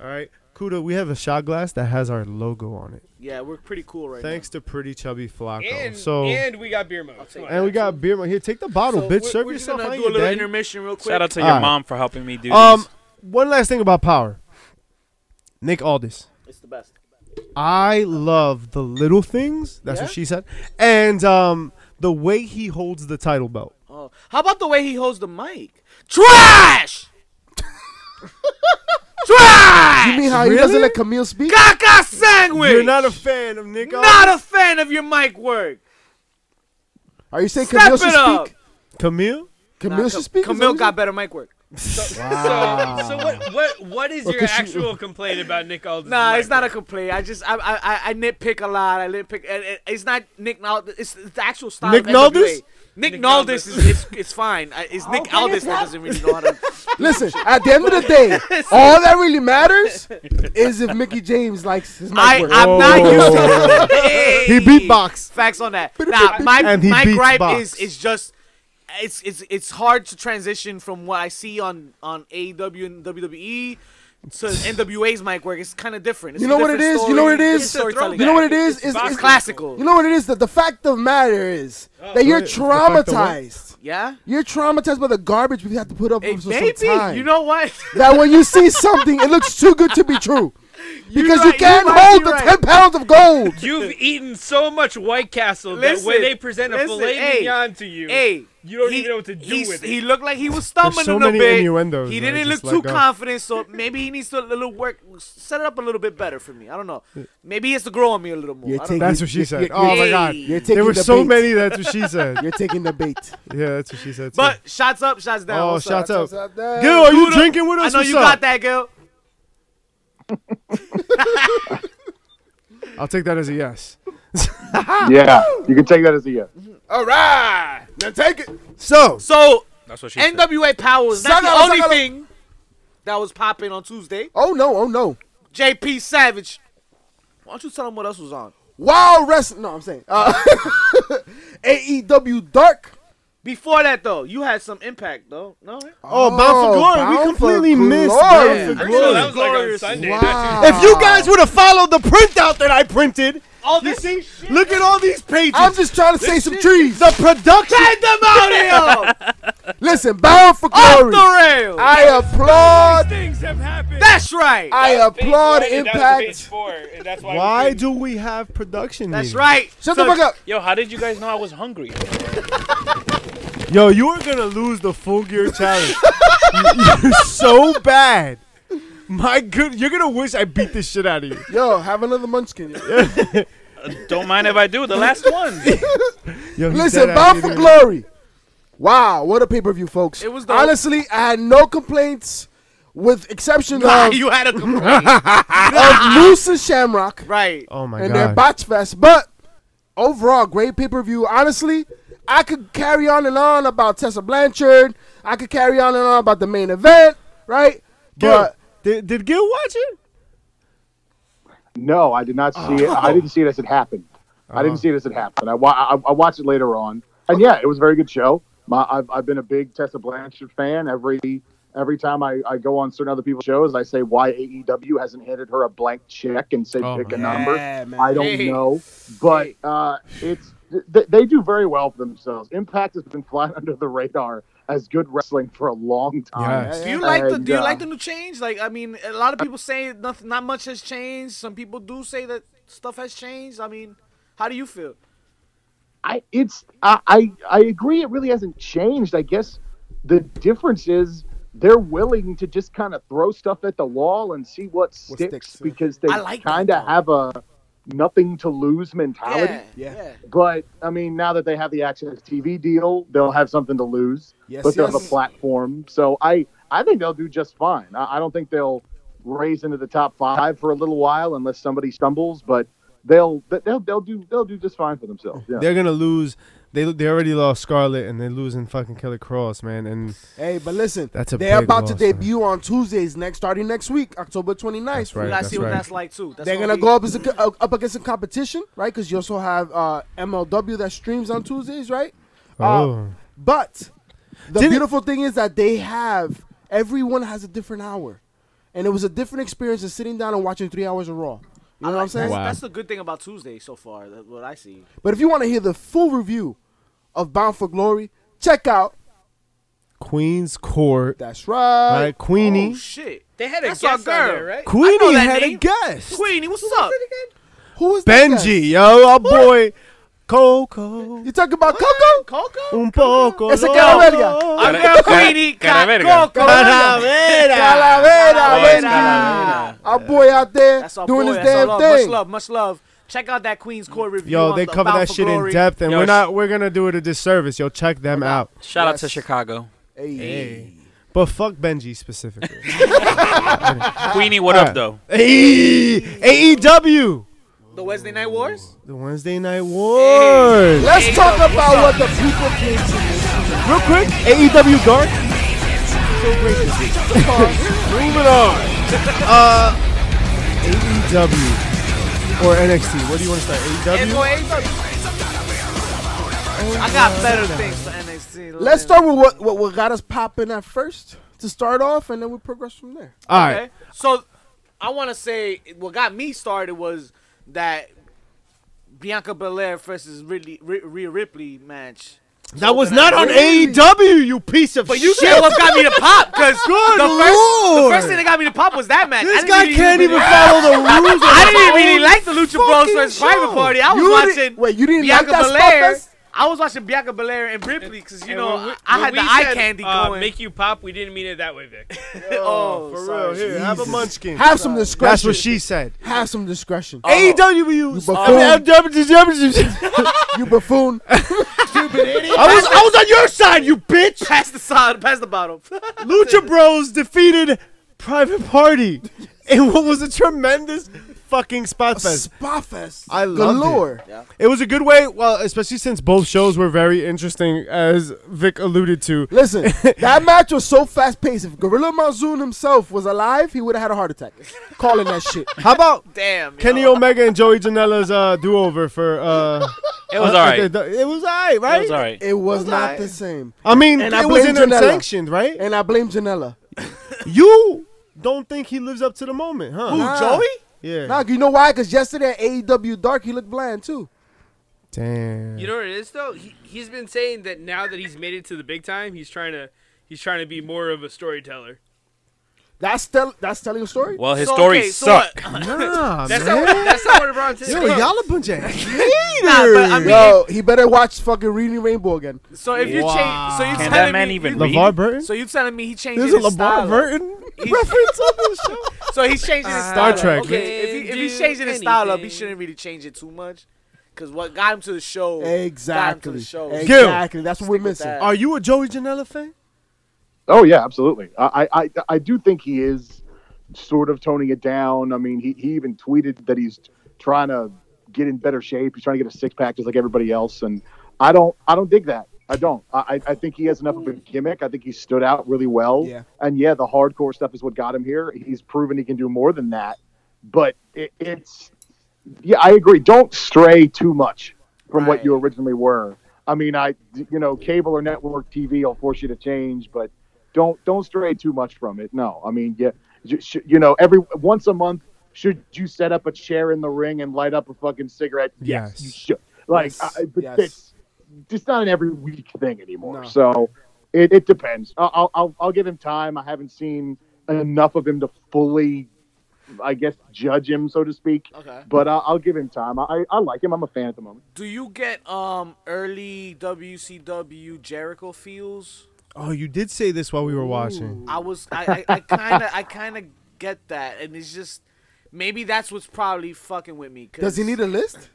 S3: All right, Kuda, we have a shot glass that has our logo on it.
S1: yeah, we're pretty cool right
S3: Thanks to Pretty Chubby Flacco.
S6: And,
S3: so, and,
S6: and we got beer mode. Come on.
S3: we got beer. mo- Here, take the bottle,
S1: now.
S3: bitch.
S1: We're-
S3: Serve
S1: we're just
S3: yourself.
S1: gonna
S3: I
S1: do
S3: ain't
S1: a little
S3: dead.
S1: intermission real quick.
S4: Shout out to
S3: All
S4: your
S3: right.
S4: mom for helping me do this.
S3: um, one last thing about power. Nick Aldis.
S1: it's the best.
S3: I love the little things. That's what she said. And um, the way he holds the title belt.
S1: Oh. How about the way he holds the mic?
S3: *laughs*
S1: Trash!
S2: You mean
S1: Trash!
S2: how he
S3: Really?
S2: doesn't let Camille speak?
S1: Caca sandwich!
S3: You're not a fan of Nick Aldis.
S1: Not a fan of your mic work.
S2: Are you saying
S1: Step
S2: Camille
S1: it
S2: should
S1: up.
S2: speak?
S3: Camille?
S2: Camille should speak. is that
S1: Camille
S2: what you
S1: got better mic work.
S6: So, so what, what, what is your actual complaint about Nick Aldis?
S1: Nah, it's not a complaint. I just I I, I, I nitpick a lot. I nitpick. and it- it's not Nick Naldis. It's it's the actual style.
S3: Nick
S1: of NWA.
S3: Naldis?
S1: Nick,
S6: Nick
S1: Naldis
S6: Naldis.
S1: is it's, it's fine. I- It's Nick Aldis that doesn't really know how to.
S2: *laughs* Listen, at the end of the day, all that really matters is if Mickey James likes his mic
S1: I
S2: work.
S1: I'm not used to. Hey.
S2: *laughs*
S3: He beatbox.
S1: Facts on that. Nah, my
S3: And he
S1: my
S3: beats
S1: gripe
S3: box.
S1: is is just it's it's it's hard to transition from what I see on on AEW and WWE. to NWA's mic work It's kind of different. It's
S2: You
S1: a
S2: know what it
S1: different
S2: is? You know what it
S1: story.
S2: is?
S1: It's storytelling.
S2: You know what it is? It's,
S1: It's
S2: it's-
S1: classical.
S2: You know what it is? That the fact of the matter is that you're
S3: Wait, the fact of what?
S2: traumatized.
S1: yeah.
S2: You're traumatized by the garbage we have to put up
S1: Hey,
S2: with for
S1: maybe
S2: some time.
S1: you know what? *laughs*
S2: that when you see something, it looks too good to be true. Because you,
S1: might- you
S2: can't
S1: might
S2: hold
S1: be
S2: the
S1: right.
S2: 10 pounds of gold.
S6: You've *laughs* eaten so much White Castle that
S1: Listen,
S6: when they present a
S1: listen,
S6: filet
S1: hey,
S6: mignon to you,
S1: hey,
S6: you don't
S1: he-
S6: even know what to do
S1: he's-
S6: with it.
S1: He looked like he was stumbling
S3: so
S1: a little
S3: many
S1: bit.
S3: innuendos
S1: he
S3: that I
S1: didn't look
S3: just uh,
S1: too
S3: let go.
S1: confident, so maybe he needs to a little work, set it up a little bit better for me. I don't know. Maybe he has to grow on me a little more.
S2: You're
S1: I don't
S2: taking-
S1: know.
S3: That's what she
S2: You're-
S3: said.
S2: you're-
S3: Oh my
S1: you're-
S3: god.
S1: Hey.
S2: You're taking
S3: There were
S2: the
S3: so
S2: bait.
S3: many. That's what she
S1: *laughs*
S2: *laughs*
S3: said.
S2: You're taking the bait.
S3: Yeah, that's what she said. too.
S1: But uh, shots up, shots down.
S3: oh,
S1: What's up?
S3: shots up.
S2: What's up, dog?
S3: Gil, are you
S1: Dude,
S3: drinking with
S1: I
S3: us?
S1: know
S3: What's
S1: you
S3: up?
S1: got that, girl.
S3: I'll take that as a yes.
S5: Yeah, you can take that as a yes.
S2: All right. Now take it.
S3: So,
S1: So
S4: That's what she said.
S1: NWA Power was not
S2: Suck
S1: the
S2: up,
S1: only
S2: suck up.
S1: thing that was popping on Tuesday.
S2: Oh, no. Oh, no.
S1: JP Savage. Why don't you tell him what else was on?
S2: Wild wrestling. No, I'm saying. Uh, *laughs* AEW Dark.
S1: Before that though, you had some impact though. No,
S3: oh, Bound for Glory.
S2: Bound
S3: we
S2: for
S3: completely missed
S2: Glory.
S3: Bound for
S6: Actually,
S3: Glory.
S6: that was like on
S1: Glorious.
S6: Sunday. not
S2: Wow.
S3: If you guys would have followed the printout that I printed,
S1: all Oh, this shit.
S3: look at all these pages.
S2: I'm just trying to say some trees.
S3: the production.
S6: *laughs*
S1: Pandemonium!
S2: Listen, Bound for
S1: Off
S2: Glory.
S1: the rails!
S2: I applaud.
S6: Things have happened.
S1: That's right!
S2: I
S6: That was page
S2: applaud
S6: one and that was page
S2: Impact.
S6: four, and that's why. we
S3: Why
S6: couldn't-
S3: do we have production?
S1: That's
S3: meetings?
S1: right!
S2: Shut the fuck up.
S4: Yo, how did you guys know I was hungry?
S3: Yo, you are gonna lose the full *laughs* gear challenge. you're so bad. My good, you're gonna wish I beat this shit out of you.
S2: Yo, have another munchkin.
S4: Don't mind if I do. The last one.
S3: Yo, he
S2: Listen,
S3: dead-ass
S2: Bound for
S3: eating-
S2: Glory. Wow, what a pay per view, folks.
S1: It was dope.
S2: Honestly, I had no complaints, with exception of,
S1: you had a complaint.
S2: *laughs* of Moose and Shamrock
S1: right.
S3: Oh my
S2: and
S3: god.
S2: their botch fest. But overall, great pay per view. Honestly, I could carry on and on about Tessa Blanchard. I could carry on and on about the main event, right?
S3: Gil,
S2: But
S3: did, did Gil watch it?
S5: No, I did not see it. I didn't see it as it happened. I didn't see it as it happened. I, wa- I I watched it later on, and yeah, it was a very good show. My, I've, I've been a big Tessa Blanchard fan. Every every time I, I go on certain other people's shows, I say why AEW hasn't handed her a blank check and said
S3: Oh
S5: pick
S3: my God.
S5: a number.
S2: man.
S5: I don't
S1: Hey.
S5: know, but uh, it's th- they do very well for themselves. Impact has been flying *laughs* under the radar as good wrestling for a long time.
S3: Yes.
S1: Do you like the
S5: And,
S1: do you
S5: uh,
S1: like the new change? Like I mean a lot of people say nothing not much has changed. Some people do say that stuff has changed. I mean, how do you feel?
S5: I it's I, I I agree. It really hasn't changed. I guess the difference is they're willing to just kind of throw stuff at the wall and see what, sticks,
S2: sticks, yeah.
S5: because they
S1: I like that,
S5: kind of
S1: though.
S5: have a nothing to lose mentality.
S1: Yeah.
S2: Yeah.
S1: yeah.
S5: But I mean, now that they have the Access TV deal, they'll have something to lose.
S2: Yes,
S5: but they'll have a
S2: yes.
S5: platform. So I I think they'll do just fine. I, I don't think they'll raise into the top five for a little while unless somebody stumbles. But they'll they'll they'll do they'll do just fine for themselves. Yeah.
S3: They're gonna lose. They they already lost Scarlet, and they're losing fucking Killer Cross, man. And
S2: Hey, but listen,
S3: That's a
S2: they're
S3: big
S2: about to
S3: loss, man.
S2: debut on Tuesdays next, starting next week, October 29th.
S3: That's
S1: We
S3: right.
S1: gotta see what
S3: right.
S1: that's like too. That's
S2: They're
S1: gonna
S2: gonna
S1: be-
S2: go up as a, uh, up against some competition, right? Because you also have uh, MLW that streams on Tuesdays, right? Uh,
S3: Oh.
S2: but the
S3: Did it-
S2: beautiful thing is that they have everyone has a different hour, and it was a different experience than sitting down and watching three hours of Raw. You know what I'm saying?
S1: That's,
S3: Wow.
S1: that's the good thing about Tuesday so far, that's what I see.
S2: But if you want to hear the full review of Bound for Glory, check out.
S3: Queen's Court.
S2: That's right.
S3: Right, Queenie.
S1: Oh shit.
S6: They had a
S1: That's our
S6: guest on
S1: girl.
S6: there, right?
S1: I know
S3: Queenie
S1: that
S3: had a
S1: name.
S3: guest.
S1: Queenie, what's up?
S2: Who is that guy?
S3: Benji, yo, our boy, Coco.
S2: You talking about Coco?
S1: Coco?
S3: Un poco.
S2: Esa
S3: loco.
S2: calavera.
S1: Our girl Queenie got
S4: Calaverga.
S1: Coco.
S3: Calavera.
S1: Calavera.
S2: Calavera, Benji. Our boy out there
S1: That's our
S2: doing
S1: boy.
S2: his
S1: That's our
S2: damn
S1: love.
S2: thing.
S1: Much love, much love. Check out that Queen's Court review.
S3: Yo,
S1: on
S3: they
S1: the
S3: cover
S1: Bound
S3: that
S1: for
S3: shit in
S1: Glory.
S3: depth, and
S4: Yo,
S3: we're
S4: sh-
S3: not. We're gonna do it a disservice. Yo, check them out.
S4: Shout out to
S2: Yes.
S4: Chicago.
S2: Hey.
S3: Hey. But fuck Benji specifically.
S1: *laughs*
S4: Queenie, what
S3: All
S4: up
S3: right.
S4: though?
S3: hey, E AEW,
S1: The Wednesday Night Wars?
S3: the Wednesday Night Wars.
S2: Let's talk about what the people came to this
S3: Real quick, E AEW Dark.
S1: *laughs*
S3: Moving on. Uh, AEW or NXT? Where do you want to start? E
S1: And
S3: AEW.
S1: for AEW. I got better things for NXT.
S2: Let's start with what, what, what got us popping at first to start off, and then we progress from there.
S3: All right.
S1: Okay. So, I want to say what got me started was that Bianca Belair versus Ridley, R- Rhea Ripley match.
S3: That was not on AEW, you piece of
S1: But you
S3: shit.
S1: said what got me to pop because
S3: Good
S1: the first, the
S3: lord.
S1: first thing that got me to pop was that match. I
S3: *laughs* This
S1: didn't
S3: guy
S1: really
S3: can't
S1: *laughs*
S3: even *laughs* follow the rules. of
S1: I didn't
S3: the
S1: really
S3: whole
S1: like the Lucha Bros
S3: fucking
S1: versus Private
S3: show.
S1: Party. I was
S2: You
S1: watching.
S2: didn't- wait, you didn't *laughs* like
S1: Bianca
S2: that
S1: Belair.
S2: stuff?
S1: I was watching Bianca Belair and Ripley because you
S6: And
S1: know
S6: when we-
S1: I
S6: when
S1: had the
S6: we
S1: eye
S6: said,
S1: candy
S6: uh,
S1: going.
S6: Make you pop. We didn't mean it that way, Vic. *laughs*
S1: oh,
S3: For real,
S1: sorry.
S3: here, have a
S2: Jesus.
S3: munchkin.
S2: Have some discretion.
S3: That's what she said. E
S2: Have some
S3: *laughs*
S2: discretion.
S3: AEW's.
S2: You
S3: I mean, I
S2: you buffoon.
S3: was I was on your side,
S1: *laughs*
S3: you bitch.
S1: Pass the side, pass the bottle.
S3: Lucha Bros defeated Private Party in what was a tremendous fucking spot fest.
S2: Spotfest.
S3: I loved it.
S2: galore.
S3: It was a good way, well, especially since both shows were very interesting, as Vic alluded to.
S2: Listen,
S3: *laughs*
S2: that match was so fast paced. If Gorilla Monsoon himself was alive, he would have had a heart attack. Calling
S1: *laughs*
S2: that shit.
S3: How about
S1: Damn.
S3: Kenny
S1: yo.
S3: Omega and Joey Janela's uh, do-over for? Uh,
S4: It was
S3: uh,
S4: alright. It
S3: the- It was alright, right?
S4: was alright.
S2: It was not
S1: I-
S2: the same.
S3: I mean,
S2: And
S3: it
S2: I
S3: was
S2: blame Janela.
S3: unsanctioned, right?
S2: And I blame Janela.
S3: you don't think he lives up to the moment, huh?
S2: Nah. Joey?
S3: Yeah.
S2: Nah, you know why? Because yesterday at AEW Dark, he looked bland too.
S3: Damn.
S6: *laughs* You know what it is though? He, he's been saying that now that he's made it to the big time, he's trying to he's trying to be more of a storyteller.
S2: That's tell that's telling a story.
S4: Well, his
S1: So,
S4: story
S1: okay, so
S4: sucked. *laughs*
S3: nah,
S6: That's
S3: man.
S6: not that's not what LeBron
S3: Yo,
S6: said.
S3: y'all a
S1: *laughs*
S3: bunch of haters.
S1: but I mean-
S2: Yo, he better watch fucking Reading Rainbow again.
S1: So if you change, so you
S4: Can
S1: telling
S4: that
S1: me,
S4: man even
S1: you,
S4: read?
S3: LeVar Burton?
S1: So you telling me he changed
S3: There's
S1: his
S3: a LeVar
S1: style?
S3: Burton
S1: He-
S3: *laughs* reference on this show.
S1: So he's changing his style.
S3: Star
S1: up.
S3: Trek.
S1: Okay, if, he, if he's
S6: Can do
S1: changing his style up, he
S6: anything.
S1: shouldn't really change it too much. Cause what got him to the show? Got him to
S2: Exactly.
S1: the show.
S3: Gil.
S2: Exactly. That's what we're
S1: Stick with
S2: missing.
S1: that.
S3: Are you a Joey Janela fan?
S5: Oh yeah, absolutely. I, I I- I do think he is sort of toning it down. I mean, he, he even tweeted that he's trying to get in better shape. He's trying to get a six pack just like everybody else. And I don't I don't dig that. I don't. I, I I think he has enough of a gimmick. I think he stood out really well.
S2: Yeah.
S5: And yeah, the hardcore stuff is what got him here. He's proven he can do more than that. But it, it's yeah, I agree. Don't stray too much from what you originally were. I mean, I you know, cable or network TV will force you to change, but don't don't stray too much from it. No, I mean, yeah, you, sh- you know, every once a month should you set up a chair in the ring and light up a fucking cigarette?
S3: Yes.
S5: you should. Like,
S2: Yes,
S5: I, but
S2: yes.
S5: it's just not an every week thing anymore.
S2: No.
S5: So it, it depends. I'll, I'll- I'll I'll give him time. I haven't seen enough of him to fully, I guess, judge him, so to speak.
S1: Okay.
S5: But I'll, I'll give him time. I, I like him. I'm a fan at the moment.
S1: Do you get um early WCW Jericho feels?
S3: Oh, you did say this while we were watching.
S1: I was I I kind of I kind of get that, and it's just maybe that's what's probably fucking with me. 'cause
S2: Does he need a list?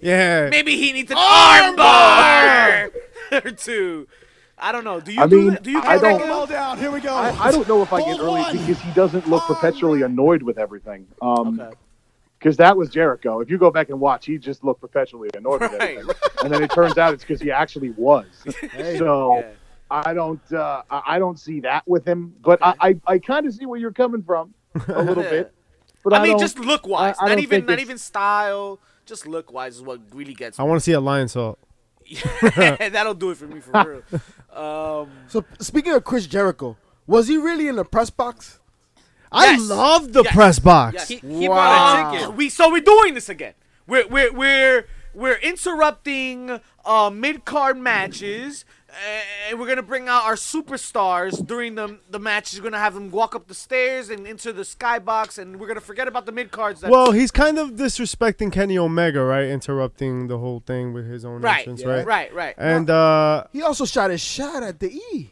S3: Yeah.
S1: Maybe he needs an armbar *laughs* or two. I don't know. Do you
S5: I
S1: do
S5: mean,
S1: that? Do you
S5: I
S1: get that,
S5: don't-
S1: Gil?
S7: Fall down. Here we go.
S5: I, I don't know if I get
S7: Hold
S5: early
S7: on.
S5: because he doesn't look perpetually annoyed with everything. Um,
S1: Okay.
S5: Because that was Jericho. If you go back and watch, he just looked perpetually annoyed with
S1: Right.
S5: everything. And then it turns out it's because he actually
S1: *laughs*
S5: was. so
S1: Yeah.
S5: I don't, uh, I I don't see that with him. But I, I, I kind of see where you're coming from a little
S1: Yeah.
S5: bit. But
S1: I mean,
S5: don't-
S1: just look wise.
S5: I- I
S1: Not
S5: don't
S1: even
S5: think
S1: not
S5: it's-
S1: even style. Just look wise is what really gets
S3: I
S5: *laughs*
S1: me. *laughs*
S3: want to see a lion salt.
S1: That'll do it for me
S5: *laughs*
S1: for real. Um,
S2: So speaking of Chris Jericho, was he really in the press box?
S3: I
S1: Yes.
S3: love the
S6: Yes.
S3: press box.
S6: He, he
S1: uh,
S6: bought a ticket.
S1: we so we're doing this again. We're we're we're we're interrupting uh, mid card matches, eh, and we're gonna bring out our superstars during the the matches. We're gonna have them walk up the stairs and into the skybox, and we're gonna forget about the mid cards. That
S3: Well, he's kind of disrespecting Kenny Omega, right? Interrupting the whole thing with his own
S1: right,
S3: entrance,
S1: right, right,
S3: right?
S1: right.
S3: And uh,
S2: He also shot his shot at the E.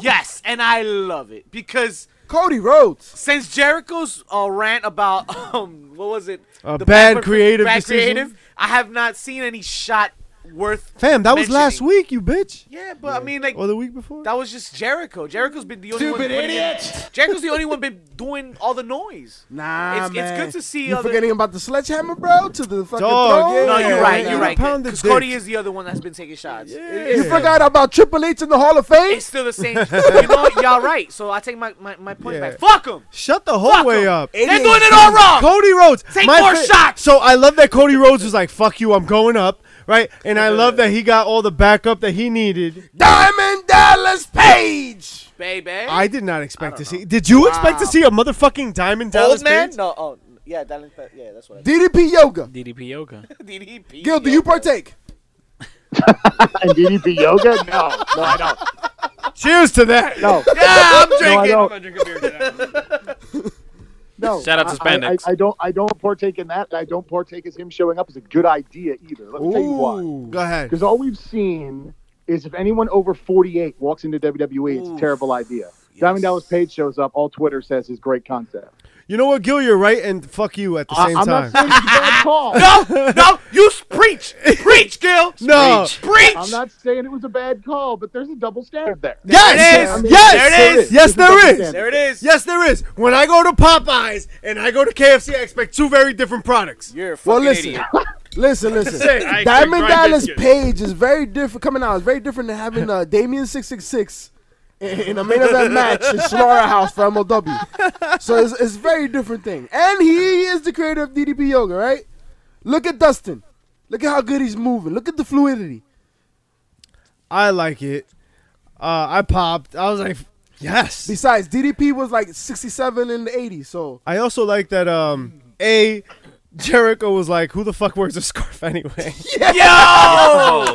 S1: yes, and I love it because
S2: Cody Rhodes.
S1: since Jericho's uh, rant about *laughs* um, what was it?
S3: A bad
S1: backward-
S3: creative
S1: bad
S3: decision?
S1: creative. I have not seen any shot worth.
S3: Fam, that was last
S1: mentioning.
S3: week, you bitch.
S1: Yeah, but I mean, like
S3: Or the week before?
S1: that was just Jericho. Jericho's been the only one.
S7: Stupid
S1: putting in-
S7: idiot!
S1: Jericho's the only one been doing all the noise.
S2: Nah,
S1: It's- it's
S2: man.
S1: good to see
S2: You
S1: other-
S2: forgetting about the sledgehammer, bro? To the fucking
S3: Dog,
S2: throne?
S1: No, you're
S3: Yeah,
S1: right.
S3: yeah.
S1: You're right.
S3: Pound the
S1: Because Cody
S3: dick.
S1: is the other one that's been taking shots.
S2: You forgot about Triple H in the Hall of Fame?
S1: It's still the same. you know, y'all right. So I take my, my, my point
S3: Yeah.
S1: back. Fuck them.
S3: Shut the
S1: Fuck
S3: whole way
S1: 'em.
S3: up.
S1: They're doing it all wrong.
S3: Cody Rhodes.
S1: Take more shots.
S3: So I love that Cody Rhodes was like, fuck you, I'm going up. Right? And I love that he got all the backup that he needed.
S2: Diamond Dallas Page.
S1: Baby.
S3: I did not expect to see. Did you expect to see a motherfucking Diamond Dallas
S1: Old man?
S3: Page?
S1: No. Oh, yeah. Dallas, Page. yeah, that's what I
S2: DDP Yoga.
S4: DDP Yoga.
S1: *laughs* DDP.
S2: Gil, do you partake?
S5: And DDP
S1: *laughs*
S5: yoga? No, no, I don't.
S3: Cheers to that. *laughs*
S5: No,
S1: Yeah, I'm
S5: no, I
S1: drinking.
S5: don't.
S6: I'm gonna drink a beer for that one.
S5: No.
S4: Shout out to
S5: I- I-
S4: Spandex.
S5: I, I don't. I don't partake in that. and I don't partake as him showing up as a good idea either. Let me tell you why.
S3: Go ahead.
S5: Because all we've seen is if anyone over 48 walks into WWE, it's a
S1: Oof.
S5: terrible idea. Diamond Dallas Page shows up. All Twitter says is great concept.
S3: You know what, Gil? You're right, and fuck you at the
S5: I-
S3: same
S5: I'm
S3: time.
S5: not saying it's a
S1: *laughs*
S5: bad call.
S1: no,
S6: *laughs*
S1: no, you s- preach, preach, Gil,
S3: no.
S1: preach.
S5: I'm not saying it was a bad call, but there's a double standard there.
S3: Yes.
S1: There
S5: I
S1: it is.
S5: mean,
S3: Yes.
S1: There it is.
S3: Yes,
S5: There's a double
S3: there is.
S5: standard.
S1: There it is.
S3: Yes, there is. When I go to Popeyes and I go to KFC, I expect two very different products.
S1: You're a fucking
S2: Well, listen,
S1: idiot.
S2: *laughs* listen, listen.
S6: I
S2: Diamond
S6: expect dry
S2: Dallas
S6: biscuits.
S2: Page is very different. Coming out is very different than having uh, Damien six six six in a main event match in Slaughterhouse for MLW. So it's, it's very different thing. And he is the creator of DDP Yoga, right? Look at Dustin. Look at how good he's moving. Look at the fluidity.
S3: I like it. Uh, I popped. I was like, yes.
S2: Besides, DDP was like 67 in the 80s, so
S3: I also like that um A Jericho was like, who the fuck wears a scarf *laughs* anyway?
S1: Yo, *laughs* yo,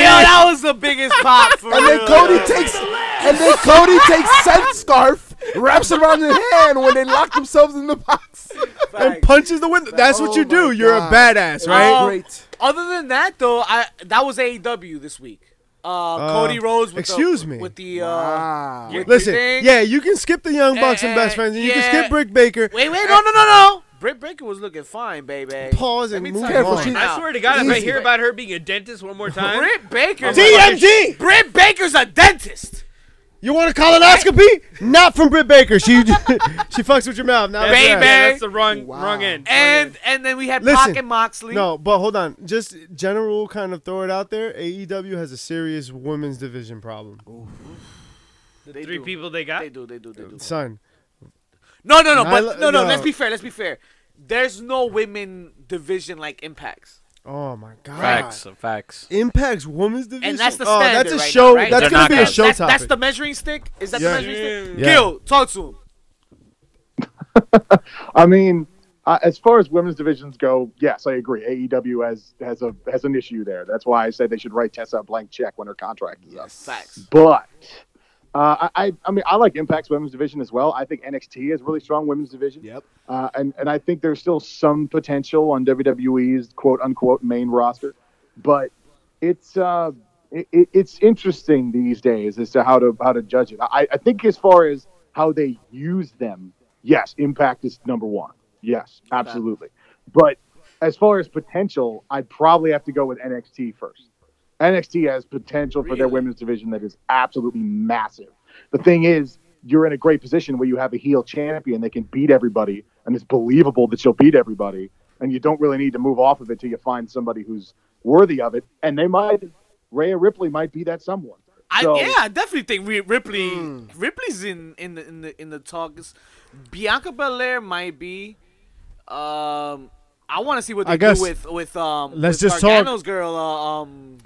S1: that was the biggest pop for
S2: And then
S1: real.
S2: Cody takes and then Cody takes said scarf, wraps it around his hand when they lock themselves in the box.
S3: and
S1: Facts.
S3: punches the window. That's what
S2: Oh
S3: you do.
S2: my
S3: You're
S2: God.
S3: a badass, right?
S1: Oh.
S2: Great.
S1: Other than that, though, I that was AEW this week. Uh, Cody Rhodes. With
S3: excuse
S1: the,
S3: me.
S1: With the uh,
S2: Wow.
S1: with the
S3: Listen,
S1: thing.
S3: yeah, you can skip the Young Bucks and Best Friends, and you
S1: Eh, yeah.
S3: can skip Brick Baker.
S1: Wait, wait, no, no, no, no. Britt Baker was looking fine, baby.
S3: Pause
S1: Let
S3: and
S1: me
S3: move
S1: tell you
S2: Careful,
S3: on.
S2: she's-
S6: I swear to God, if I
S2: Easy.
S6: hear about her being a dentist one *laughs* more time,
S1: Britt Baker.
S3: DMD!
S1: Britt Baker's a dentist.
S3: You want a colonoscopy? Not from Britt Baker. She
S1: *laughs*
S3: she fucks with your mouth. Not
S6: that's,
S1: Baby.
S6: yeah, that's the wrong wrong end.
S1: And and then we had
S3: Listen.
S1: Pac and Moxley.
S3: No, but hold on. Just general kind of throw it out there. AEW has a serious women's division problem.
S1: They
S6: Three
S1: do.
S6: people they got. *laughs*
S1: They do, they do, they do.
S3: Son,
S1: No, no, no, but
S3: Nyla-
S1: no, no,
S3: no.
S1: Let's be fair. Let's be fair. There's no women division like impacts.
S3: oh my god.
S4: Facts. Facts.
S3: Impact's women's division.
S1: And that's the
S3: oh,
S1: standard
S3: that's a
S1: right
S3: show.
S1: now, right?
S3: That's
S4: They're
S3: gonna be a
S4: knockouts.
S3: show
S1: That-
S3: topic.
S1: That's the measuring stick. Is that
S3: Yeah.
S1: the measuring stick?
S3: Yeah.
S1: Gil, talk to him.
S5: I mean, uh, as far as women's divisions go, yes, I agree. AEW has has a has an issue there. That's why I said they should write Tessa a blank check when her contract is up.
S1: Facts.
S5: But uh, I, I, I mean, I like Impact's women's division as well. I think NXT has really strong women's division.
S2: Yep.
S5: Uh, and and I think there's still some potential on WWE's quote unquote main roster, but it's uh, it, it- it's interesting these days as to how to how to judge it. I, I think as far as how they use them, yes, Impact is number one. Yes, absolutely. But as far as potential, I'd probably have to go with NXT first. NXT has potential for their women's division that is absolutely massive. The thing is, you're in a great position where you have a heel champion that can beat everybody, and it's believable that she'll beat everybody, and you don't really need to move off of it till you find somebody who's worthy of it. And they might, Rhea Ripley might be that someone.
S1: I,
S5: So-
S1: yeah, I definitely think Rhea Ripley.
S3: Hmm.
S1: Ripley's in in the in the in the talks. Bianca Belair might be. Um, I want to see what they
S3: I guess-
S1: do with with um.
S3: let's
S1: with
S3: just talk-
S1: Gargano's girl. Uh, um,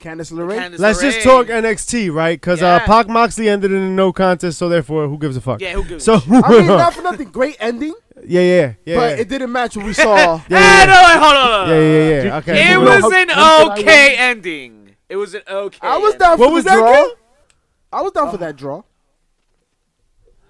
S2: Candice LeRae.
S1: Candice
S3: Let's just
S1: LeRae.
S3: talk NXT, right? Because uh,
S1: Yeah.
S3: Pac Moxley ended in a no contest, so therefore, who gives a fuck?
S1: Yeah, who gives
S3: So, *laughs*
S1: a shit?
S2: I mean, not for nothing. Great ending,
S3: yeah, yeah, yeah,
S2: but
S3: yeah.
S2: it didn't match what we saw.
S3: *laughs*
S1: Eh,
S3: Yeah, yeah,
S1: no, wait, hold on.
S3: yeah, yeah, yeah, yeah. Okay.
S1: It
S3: moving on.
S1: was
S5: How-
S1: an
S5: how could I
S1: okay ending. It was an okay.
S2: I was
S1: ending.
S2: down
S3: What
S2: for
S3: was
S2: the
S3: that,
S2: draw.
S3: Gil?
S2: I was down for that draw.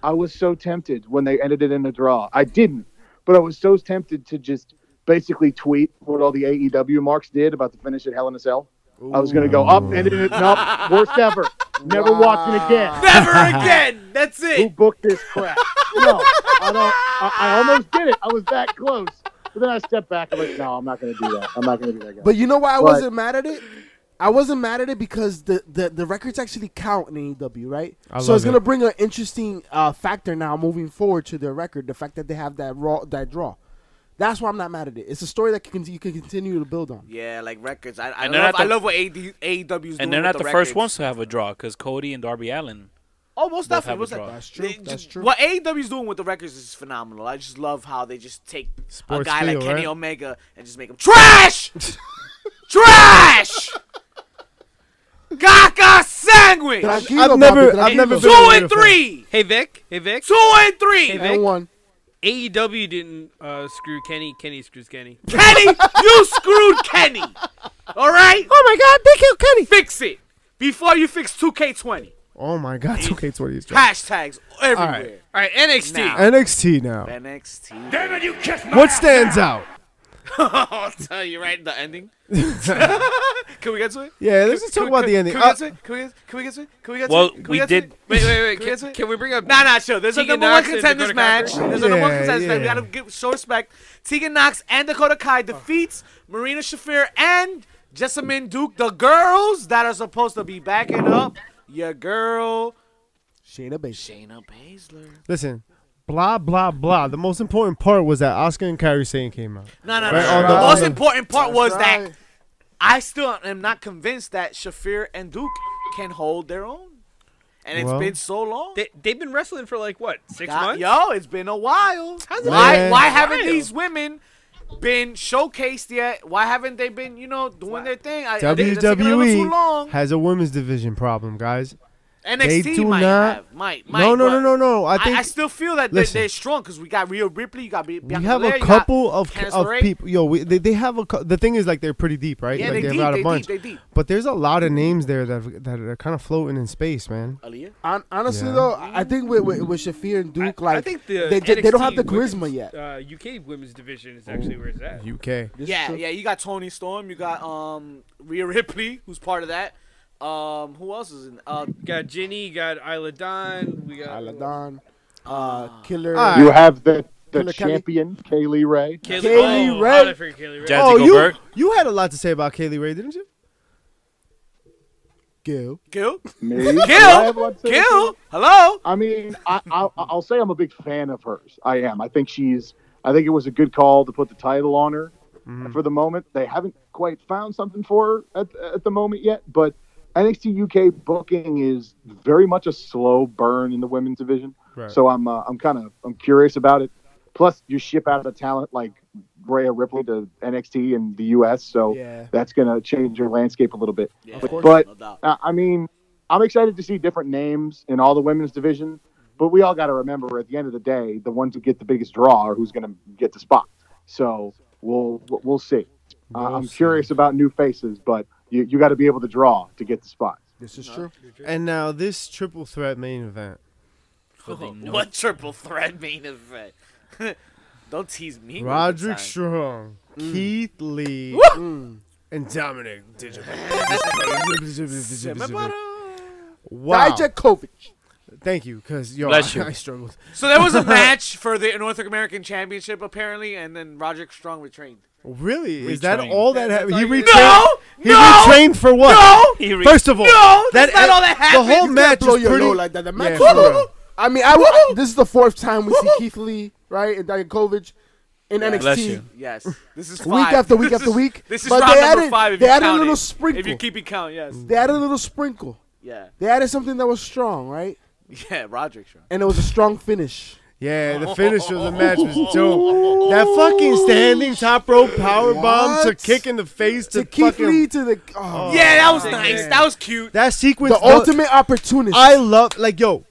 S5: I was so tempted when they ended it in a draw. I didn't, but I was so tempted to just basically tweet what all the AEW marks did about the finish at Hell in a Cell. I was going to go up and ended it. Nope, worst ever. Never watching again.
S1: Never again. That's
S5: Who
S1: it.
S5: booked this crap? No, I don't. I, I almost did it. I was that close. But then I step back and like, no, I'm not going to do that. I'm not going to be that guy.
S2: But you know why I
S5: But-
S2: wasn't mad at it? I wasn't mad at it because the, the, the records actually count in AEW, right?
S3: I
S2: so
S3: love
S2: it's gonna
S3: it.
S2: bring an interesting uh, factor now moving forward to their record. The fact that they have that raw that draw, that's why I'm not mad at it. It's a story that can, you can continue to build on.
S1: Yeah, like records. I, I,
S4: And they're
S1: love,
S4: not
S1: I
S4: the-
S1: love what AD, AEW's doing.
S4: and they're
S1: with
S4: not
S1: the
S4: the, first
S1: records.
S4: ones to have a draw because Cody and Darby Allen.
S1: Oh, most
S4: Both
S1: definitely.
S4: have a
S1: Most
S4: draw.
S1: definitely.
S2: That's true,
S1: They-
S2: that's
S1: ju-
S2: true.
S1: What AEW's doing with the records is phenomenal. I just love how they just take a
S3: Sports
S1: guy like
S3: feel,
S1: Kenny
S3: right?
S1: Omega and just make him trash, trash, Gaga sandwich.
S2: Tranquilo,
S3: I've never-
S2: papi,
S3: I've never
S1: Two
S2: tranquilo.
S3: been- Been a
S1: and three.
S6: Hey Vic. Hey Vic.
S1: Two and three.
S6: Hey,
S2: And one.
S6: AEW didn't uh, screw Kenny. Kenny screws *laughs* Kenny.
S1: Kenny, you screwed *laughs* Kenny. All right. Oh my God, they killed Kenny. Fix it before you fix 2K20.
S3: Oh my God, 2K20 is dropping.
S1: Hashtags everywhere.
S6: All right, NXT.
S1: Now.
S3: NXT now.
S1: NXT.
S3: What stands out?
S1: *laughs* I'll tell you right the
S3: *laughs*
S1: ending. Can we get to it?
S3: Yeah, let's just talk about the ending.
S1: Can we
S3: Uh,
S1: get to it? Can we get, can we get to it? Can we get
S4: Well,
S1: to it? Can
S4: we
S1: get to
S4: did.
S1: it?
S6: Wait, wait, wait.
S1: Can we
S6: Can,
S1: get-
S6: can we bring up?
S1: Nah, nah, sure. There's
S6: Tegan
S1: a number one
S6: Knox and
S1: contenders
S6: Dakota Kai.
S1: match. There's a number one
S3: Yeah,
S1: contenders match. We
S3: yeah.
S1: gotta give, show respect. Tegan Knox and Dakota Kai defeats Marina Shafir and Jessamine Duke, the girls that are supposed to be backing up your girl
S2: Shayna Baszler.
S1: Shayna Baszler.
S3: Listen, blah blah blah. The most important part was that Oscar and Kyrie Sane came out.
S1: No, no, no.
S3: Right
S1: no.
S3: on
S1: The
S3: the-
S1: most
S3: on the-
S1: important part was that
S2: right.
S1: I still am not convinced that Shafir and Duke can hold their own. And it's
S3: Well.
S1: been so long.
S6: They, they've been wrestling for like what six
S1: God,
S6: months?
S1: Yo, it's been a while.
S6: How's it
S1: why
S3: been
S1: why
S6: a
S1: haven't
S6: while?
S1: these women been showcased yet? Why haven't they been, you know, doing their thing? I, I think it's taking a little
S3: E.
S1: too long.
S3: WWE has a women's division problem, guys.
S1: NXT
S3: do
S1: might
S3: not-
S1: have. Might, might.
S3: No, no,
S1: but
S3: no, no, no. I
S1: I,
S3: think
S1: I still feel that
S3: Listen.
S1: they're, they're strong because we got Rhea Ripley, you got Bi-
S3: we
S1: Bianca
S3: have
S1: Belair,
S3: a
S1: you got
S3: couple of
S1: Candice
S3: of
S1: LeRae.
S3: people. Yo, we, they, they have a. cou- The thing is, like, they're pretty deep, right?
S1: Yeah,
S3: like,
S1: they
S3: they've
S1: deep,
S3: got
S1: they
S3: a bunch.
S1: deep, they deep.
S3: But there's a lot of names there that that are kind of floating in space, man.
S1: Aaliyah?
S2: Hon- honestly
S3: Yeah.
S2: though, I I think with, with, with Shafir and Duke, like
S6: I think the
S2: they, ju- they don't have
S6: NXT
S2: the charisma
S6: women's,
S2: yet.
S6: Uh, UK women's division is actually where it's at.
S3: UK.
S2: This is
S1: Yeah,
S2: true.
S1: yeah. You got Tony Storm. You got um Rhea Ripley, who's part of that. Um, who else is in? Uh,
S6: We got Ginny, got Isla Dawn, we got
S2: Isla Dawn,
S6: Ah.
S2: uh, Killer.
S3: All right.
S5: You have the,
S2: Kayla Kelly.
S5: the champion, Kaylee Ray.
S6: Kaylee,
S2: Kaylee
S6: oh,
S2: Ray.
S6: how'd I forget Kaylee Ray.
S4: Jazzy
S3: Oh, you,
S4: Goldberg.
S3: you had a lot to say about Kaylee Ray, didn't you?
S2: Gil.
S3: *laughs*
S1: Gil,
S5: Me? Do I
S1: Gil,
S5: have one too?
S1: Gil. Hello.
S5: I mean, I, I, I'll say I'm a big fan of hers. I am. I think she's. I think it was a good call to put the title on her for the moment. They haven't quite found something for her at, at the moment yet, but NXT UK booking is very much a slow burn in the women's division.
S3: Right.
S5: So I'm uh, I'm kind of I'm curious about it. Plus, you ship out of the talent like Rhea Ripley to NXT in the US, so
S2: Yeah.
S5: that's gonna change your landscape a little bit.
S1: Yeah,
S5: But- but-
S1: no doubt.
S5: Uh, I mean, I'm excited to see different names in all the women's division, but we all got to remember at the end of the day, the ones who get the biggest draw are who's going to get the spot. So we'll we'll see. Uh, I'm curious about new faces, but you, you got to be able to draw to get the spot.
S2: This is true.
S3: And now this triple threat main event.
S1: Oh, what triple threat main event? *laughs* Don't tease me. with
S3: Roderick
S1: this
S3: Strong,
S1: Mm.
S3: Keith Lee, and Dominic
S1: *laughs*
S3: Dijakovic.
S1: time.
S3: wow.
S2: Dijakovic.
S3: Thank you, because yo,
S4: Bless you.
S3: I, I struggled.
S1: So there was
S2: *laughs*
S1: a match for the North American Championship apparently, and then Roderick Strong retrained.
S3: Really? Is that
S4: Retrained.
S3: all that happened? He
S6: all you-
S3: retrained.
S1: No,
S3: He
S1: no,
S3: retrained for what?
S1: no.
S4: He re-
S3: First of all, e-,
S1: No, that's not all that
S3: The
S1: happened.
S3: whole
S1: You
S3: match
S2: Blow
S3: is
S2: your
S3: pretty.
S2: load like that. The match
S3: Yeah,
S2: was
S3: for
S2: good.
S3: real.
S2: I mean, I, I- this is the fourth time we see Keith Lee, right, and Dijakovic in NXT.
S4: Bless you.
S1: Yes, this is five.
S2: *laughs* Week after week
S1: This
S2: after
S1: is-
S2: week,
S1: This is
S2: but
S1: round
S2: they
S1: number
S2: added-
S1: five. If
S2: they
S1: you
S2: added a
S1: count
S2: little
S1: it. If
S2: sprinkle.
S1: you keep it count, yes,
S2: They added a little sprinkle.
S1: yeah, *laughs*
S2: They added something that was strong, right?
S1: yeah. Roderick Strong.
S2: And it was a strong finish.
S3: Yeah, the finish of the match was dope. That fucking standing top rope power bomb to
S2: What?
S3: kick in the face to,
S2: To Keith
S3: fucking
S2: Lee to the oh,
S1: Yeah, that was
S6: Yeah.
S1: nice. That was cute.
S3: that sequence.
S2: the ultimate opportunist.
S3: I love like yo,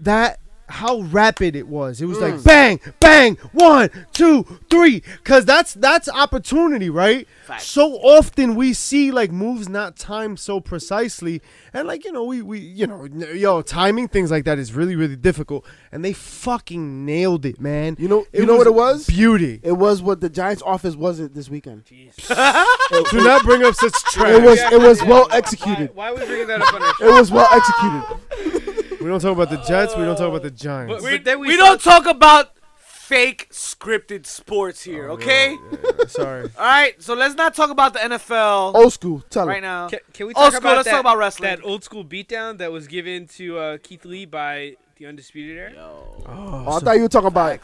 S3: that how rapid it was. It was like bang, bang, one, two, three. Cause that's that's opportunity, right?
S1: Fact.
S3: So often we see like moves not timed so precisely, and like you know we we you know n- yo timing things like that is really really difficult, and they fucking nailed it, man.
S2: You know- you know what it was? *laughs*
S3: Beauty.
S2: it was what the Giants' office wasn't this weekend.
S3: Do not bring up
S2: *laughs*
S3: such
S2: It
S3: trash.
S2: was it was well executed.
S6: Why, why are we bringing that up *laughs* on our
S2: It was well executed.
S3: we don't talk about the Jets. We don't talk about the Giants.
S6: But then we
S1: we don't talk about fake scripted sports
S2: Oh,
S1: here, okay? *laughs*
S3: Sorry.
S1: All right, so let's not talk about the NFL
S2: Old school. Tell
S1: right
S2: him.
S1: now.
S6: Can, can we
S1: Old
S6: talk
S1: school,
S6: about
S1: let's
S6: that,
S1: talk about wrestling.
S6: That old school beatdown that was given to uh, Keith Lee by the Undisputed Era.
S2: Oh, I thought you were talking about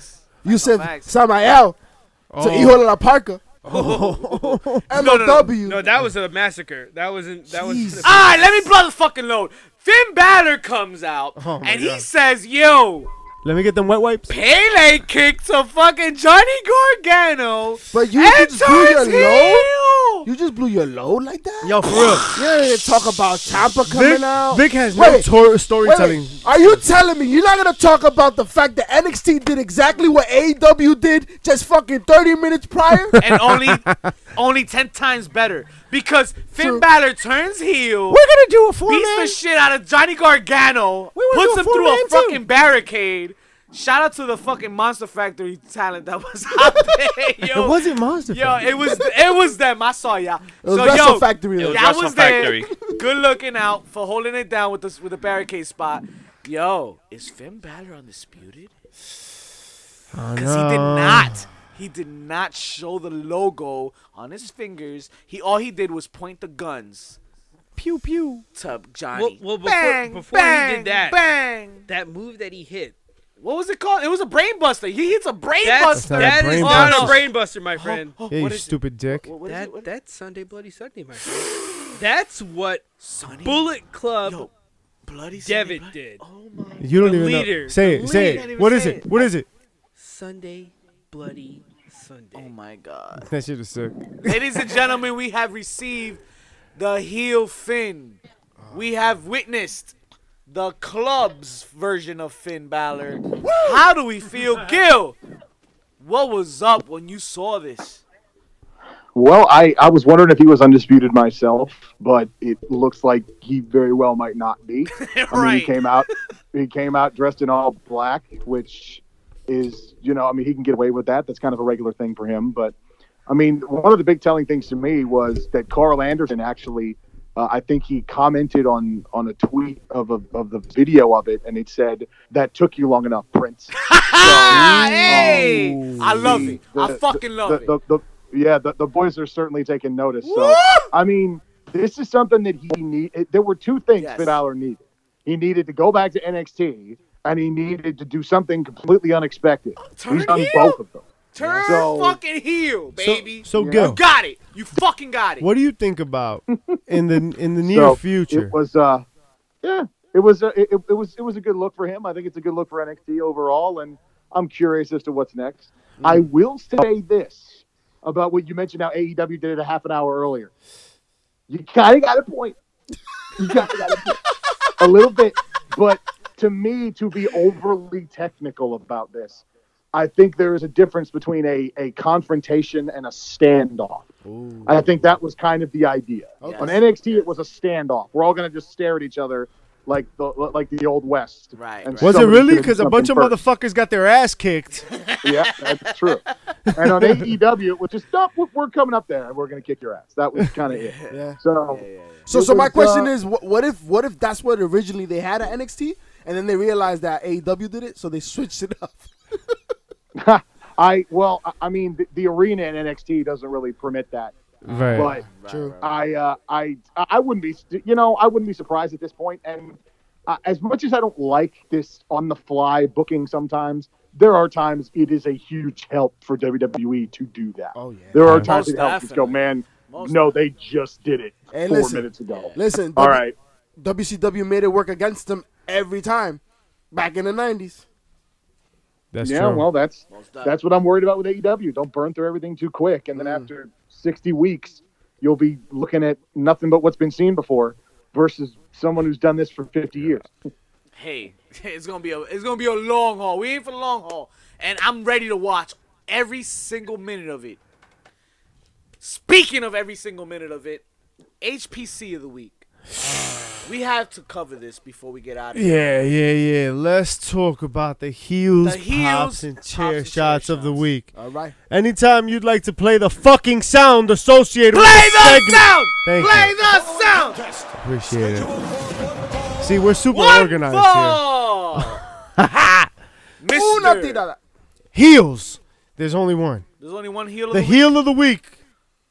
S2: you said
S1: facts.
S2: Samael to Ihola La Parker.
S6: No, no, no.
S2: MLW.
S6: No, that was a massacre. That wasn't. That was.
S2: Jesus.
S1: All right, let me blow the fucking load. Finn Balor comes out
S2: Oh
S1: and he says, "Yo,
S3: Let me get them wet wipes.
S1: Pele kicked to fucking Johnny Gargano
S2: But you
S1: and
S2: just blew your
S1: turns
S2: load.
S1: heel."
S2: You just blew your load like that.
S3: Yo, for real.
S2: You didn't talk about Champa coming
S3: Vic,
S2: out.
S3: Vic has no
S2: Wait,
S3: tor-
S2: Wait,
S3: storytelling.
S2: wait. Are you telling me you're not gonna talk about the fact that NXT did exactly what AEW did just fucking 30 minutes prior?
S1: and
S2: *laughs*
S1: only, only ten times better because Finn
S2: True.
S1: Balor turns heel.
S3: gonna do a four
S1: beats the shit out of Johnny Gargano,
S3: wanna
S1: puts
S3: do a
S1: him through
S3: four-man
S1: a
S3: too.
S1: fucking barricade. Shout out to the fucking Monster Factory talent that was *laughs* out there. Yo,
S3: It wasn't monster.
S1: Yo, it was it was them. I saw y'all.
S2: It was
S1: so
S2: Wrestle
S1: yo,
S2: Factory.
S4: It
S2: though.
S4: was
S1: That
S4: Wrestle
S1: was
S4: Factory.
S1: there. *laughs* Good looking out for holding it down with this with the barricade spot. Yo, is Finn Balor undisputed? Because he did not. He did not show the logo on his fingers. He all he did was point the guns. Pew pew to Johnny.
S6: Well- well, before-
S1: bang,
S6: before he
S1: bang,
S6: did that-
S1: bang.
S6: that move that he hit.
S1: What was it called? It was a brain buster. He hits a brain
S6: That's,
S1: buster.
S3: not a
S6: that
S3: brain
S6: is not
S1: buster.
S6: a brain buster, my friend.
S1: Oh,
S3: Yeah, you
S1: what is it?
S3: stupid dick.
S1: What- what is it?
S6: That
S1: What-
S6: that's Sunday Bloody Sunday,
S1: *gasps*
S6: my friend. That's what
S1: Sonny?
S6: Bullet Club
S1: Yo, bloody Sunday
S6: Devitt
S1: Blood-
S6: did.
S1: Oh my.
S3: You don't
S6: The
S3: even know.
S6: leader.
S3: Say
S1: The
S3: it. Say
S1: leader. Can't
S3: it.
S1: even
S3: What is
S1: say
S3: it?
S1: it.
S3: What is it?
S6: Sunday Bloody Sunday.
S1: Oh my god.
S3: That shit is sick.
S1: Ladies and gentlemen, we have received the heel Finn. We have witnessed the club's version of Finn Balor. How do we *laughs* feel, Gil? What was up when you saw this?
S5: Well, I, I was wondering if he was undisputed myself, but it looks like he very well might not be. I mean, he
S1: right.
S5: came out he came out dressed in all black, which is you know I mean he can get away with that. That's kind of a regular thing for him. But I mean, one of the big telling things to me was that Carl Anderson actually, uh, I think he commented on on a tweet of a, of the video of it, and it said that took you long enough, Prince.
S1: Ah, hey! I love it. I
S5: The-
S1: fucking
S5: the,
S1: love it.
S5: the, the, yeah, the, the boys are certainly taking notice. So,
S1: Woo!
S5: I mean, this is something that he needed. There were two things
S1: Yes.
S5: Finn Balor needed. He needed to go back to NXT, and he needed to do something completely unexpected.
S1: Turn
S5: He's done
S1: heel.
S5: both of them.
S1: Turn
S5: So-
S1: fucking heel,
S3: So,
S1: baby.
S3: so
S5: Yeah.
S3: Gil,
S1: you got it. You fucking got it.
S3: what do you think about in the
S5: *laughs*
S3: in the near
S5: So,
S3: future?
S5: It was, uh, yeah, it was, a, it, it was, it was a good look for him. I think it's a good look for NXT overall, and I'm curious as to what's next.
S3: Mm.
S5: I will say this about what you mentioned. How AEW did it a half an hour earlier. You kind of got a point. You kind of got a point. A little bit, but to me, to be overly technical about this, I think there is a difference between a, a confrontation and a standoff. I think that was kind of the idea. On NXT, it was a standoff. We're all going to just stare at each other like the like the old west.
S1: Right,
S5: And
S1: right.
S3: Was it
S5: somebody's
S3: really?
S5: gonna do
S3: Because a bunch of
S5: something first.
S3: motherfuckers got their ass kicked.
S5: Yeah, that's true. and
S3: *laughs*
S5: on AEW, it was just stop. We're- We're coming up there and we're going to kick your ass. That was kind of it.
S2: Yeah.
S5: So
S2: So,
S5: It
S2: so my
S5: was,
S2: question
S5: uh,
S2: is, what, what if, what if that's what originally they had at NXT, and then they realized that AEW did it, so they *laughs* switched it up.
S5: I well, I- I mean, the, the arena in NXT doesn't really permit that,
S3: Right.
S5: but.
S2: True.
S5: I, uh, I, I wouldn't be, stu- you know, I wouldn't be surprised at this point. And uh, as much as I don't like this on the fly booking, sometimes there are times it is a huge help for WWE to do that.
S2: Oh yeah.
S5: there are
S3: Most
S5: times it helps. Just go,
S1: definitely.
S5: man.
S1: Most
S5: no, they just did it
S2: Hey,
S5: four
S2: listen.
S5: minutes ago.
S2: Listen.
S5: All
S2: w-
S5: right.
S2: WCW made it work against them every time, back in the '90s.
S3: That's
S5: yeah.
S3: true.
S5: Well, that's
S1: Most
S5: that's what I'm worried about with AEW. Don't burn through everything too quick, and then
S1: Mm.
S5: after 60 weeks, you'll be looking at nothing but what's been seen before, versus someone who's done this for 50 years.
S1: hey, *laughs* it's gonna be a it's gonna be a long haul. We ain't for the long haul, and I'm ready to watch every single minute of it. Speaking of every single minute of it, HPC of the week. *sighs* We have to cover this before we get out of here.
S3: yeah, yeah, yeah. Let's talk about the heels,
S1: The heels,
S3: pops, and
S1: pops
S3: chair
S1: and chair
S3: shots of the
S1: shots.
S3: week.
S2: All right.
S3: Anytime you'd like to play the fucking sound associated with
S1: Play
S3: the
S1: the
S3: segment,
S1: sound.
S3: Thank
S1: Play
S3: you.
S1: the sound.
S3: appreciate it. See, we're super
S1: One
S3: *laughs* organized here.
S1: four.
S2: Una
S1: Mister
S2: tirada.
S3: heels. There's only one.
S1: There's only one heel. of
S3: The
S1: the week.
S3: heel of the week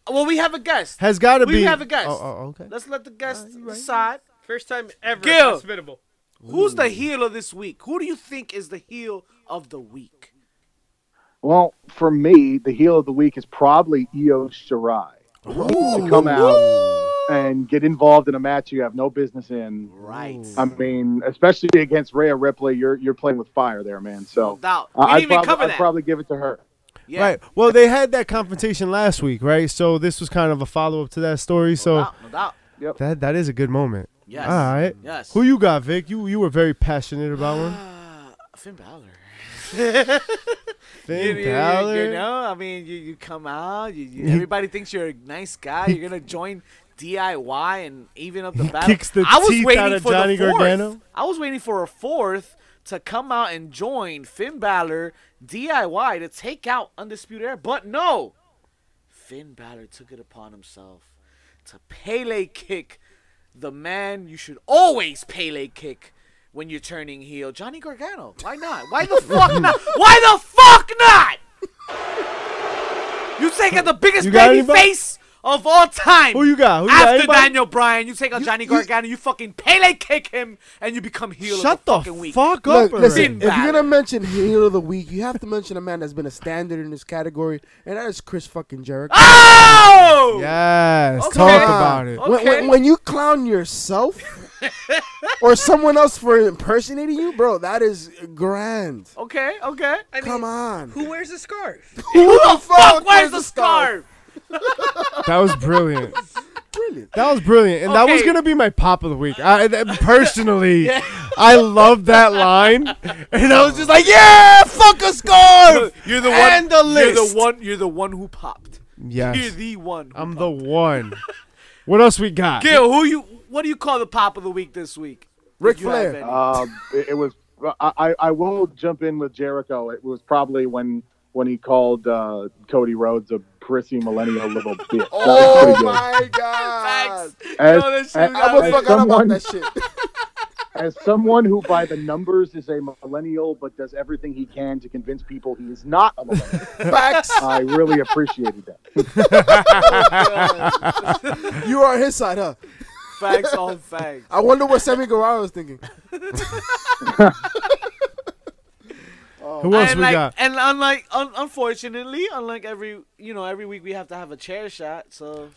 S1: Well, we have a guest.
S3: has got to
S1: We
S3: be.
S1: have a guest.
S3: Oh, oh, okay.
S1: Let's let the guest decide.
S6: First time ever.
S1: Gil.
S6: Gil. Hospitable.
S1: Who's the heel of this week? Who do you think is the heel of the week?
S5: Well, for me, the heel of the week is probably Io Shirai to come out and get involved in a match you have no business in.
S1: Right.
S5: I mean, especially against Rhea Ripley, you're you're playing with fire there, man. So
S1: No doubt.
S5: I-
S1: We didn't
S5: I'd,
S1: even
S5: prob-
S1: cover
S5: I'd
S1: that.
S5: probably give it to her.
S1: Yeah.
S3: Right. Well, they had that confrontation last week, right? So this was kind of a follow up to that story.
S1: No
S3: So
S1: doubt. No doubt.
S3: that that is a good moment.
S1: Yes.
S3: All right.
S1: Yes. Ah,
S3: Who you got, Vic? You you were very passionate about one.
S1: Finn Balor.
S3: Finn
S1: you, you-
S3: Balor.
S1: You, know, I mean, you, you come out. You, you, everybody thinks you're a nice guy. You're gonna join DIY and even up the
S3: He
S1: battle.
S3: kicks the
S1: I was
S3: teeth
S1: waiting
S3: out of
S1: for
S3: Johnny
S1: the fourth.
S3: Gargano.
S1: I was waiting for a fourth to come out and join Finn Balor DIY to take out Undisputed Era, but no. Finn Balor took it upon himself to Pele kick the man you should always Pele kick when you're turning heel, Johnny Gargano. Why not? Why
S3: *laughs*
S1: the fuck not? Why the fuck not? You take out the biggest
S3: You got
S1: baby
S3: anybody?
S1: face of all time.
S3: Who you got? Who you got?
S1: After
S3: Anybody?
S1: Daniel Bryan, you take out Johnny Gargano, you, fucking Pele kick him, and you become heel
S3: Shut
S1: of the,
S3: the
S1: fucking week.
S3: fuck up.
S2: Look, listen,
S1: Finn
S2: if you're
S1: Balor.
S2: gonna mention heel of the week, you have to mention a man that's been a standard in this category, and that is Chris fucking Jericho.
S1: Oh!
S3: Yes.
S1: Okay. *laughs*
S3: Talk about it.
S1: Okay.
S2: When, when, when you clown yourself or someone else for impersonating you, bro, that is grand.
S1: Okay, okay.
S6: I mean,
S2: Come on.
S6: Who wears
S2: *laughs*
S6: a scarf?
S1: Who the fuck
S2: wears
S1: wears the
S2: a scarf?
S1: scarf?
S3: That was brilliant.
S2: Brilliant.
S3: That was brilliant, and that was
S1: Okay.
S3: gonna be my pop of the week. I that-
S1: *laughs*
S3: personally, I loved that line, and I was just like, "Yeah, fuck a scarf."
S1: You're the
S3: And the
S1: You're
S3: list.
S1: the one. You're the one who popped. You're
S3: Yes, Um,
S1: the one. Who
S3: I'm the
S1: popped.
S3: one. What else we got?
S1: Gil, who you? What do you call the pop of the week this week?
S2: Ric
S1: If you have
S2: Flair.
S1: any.
S5: Um, it, it was. I, I I will jump in with Jericho. It was probably when when he called uh, Cody Rhodes a prissy millennial
S2: *laughs*
S5: little bitch. That was
S2: Oh
S5: pretty good.
S2: my god.
S1: Facts.
S5: As-
S1: No, that shit
S5: as-
S1: is
S2: I
S1: not
S2: would
S1: right.
S2: forgot about
S5: Someone-
S2: that shit.
S5: as someone who by the numbers is a millennial but does everything he can to convince people he is not a millennial
S2: Facts.
S5: i really appreciated that
S2: You are on his side, huh?
S1: Facts on facts.
S2: I wonder what Sammy Guevara was thinking.
S3: *laughs* Who else
S1: and
S3: we
S1: like,
S3: got?
S1: And unlike, un- unfortunately, unlike every, you know, every week we have to have a chair shot. So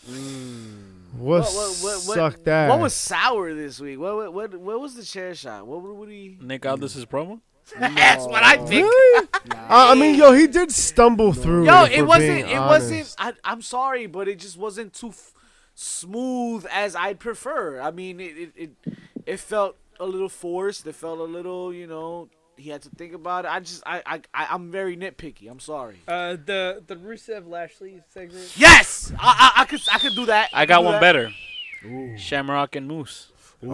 S3: What,
S1: what, what, what, what-
S3: sucked that?
S1: What was sour this week? What, what, what, what was the chair shot? What would he?
S4: Nick Aldis's promo.
S1: That's what I think. *laughs*
S3: Really? I, I mean, yo, he did stumble through.
S1: Yo,
S3: if
S1: it
S3: we're
S1: wasn't.
S3: being
S1: It
S3: honest.
S1: wasn't. I, I'm sorry, but it just wasn't too f- smooth as I'd prefer. I mean, it, it it it felt a little forced. It felt a little, you know, he had to think about it. I just, I, I, I I'm very nitpicky. I'm sorry.
S6: Uh, the the Rusev Lashley segment.
S1: Yes, I, I, I could, I could do that.
S4: I got
S1: Do
S4: one
S1: that.
S4: better. Shamrock and Moose.
S2: Shamrock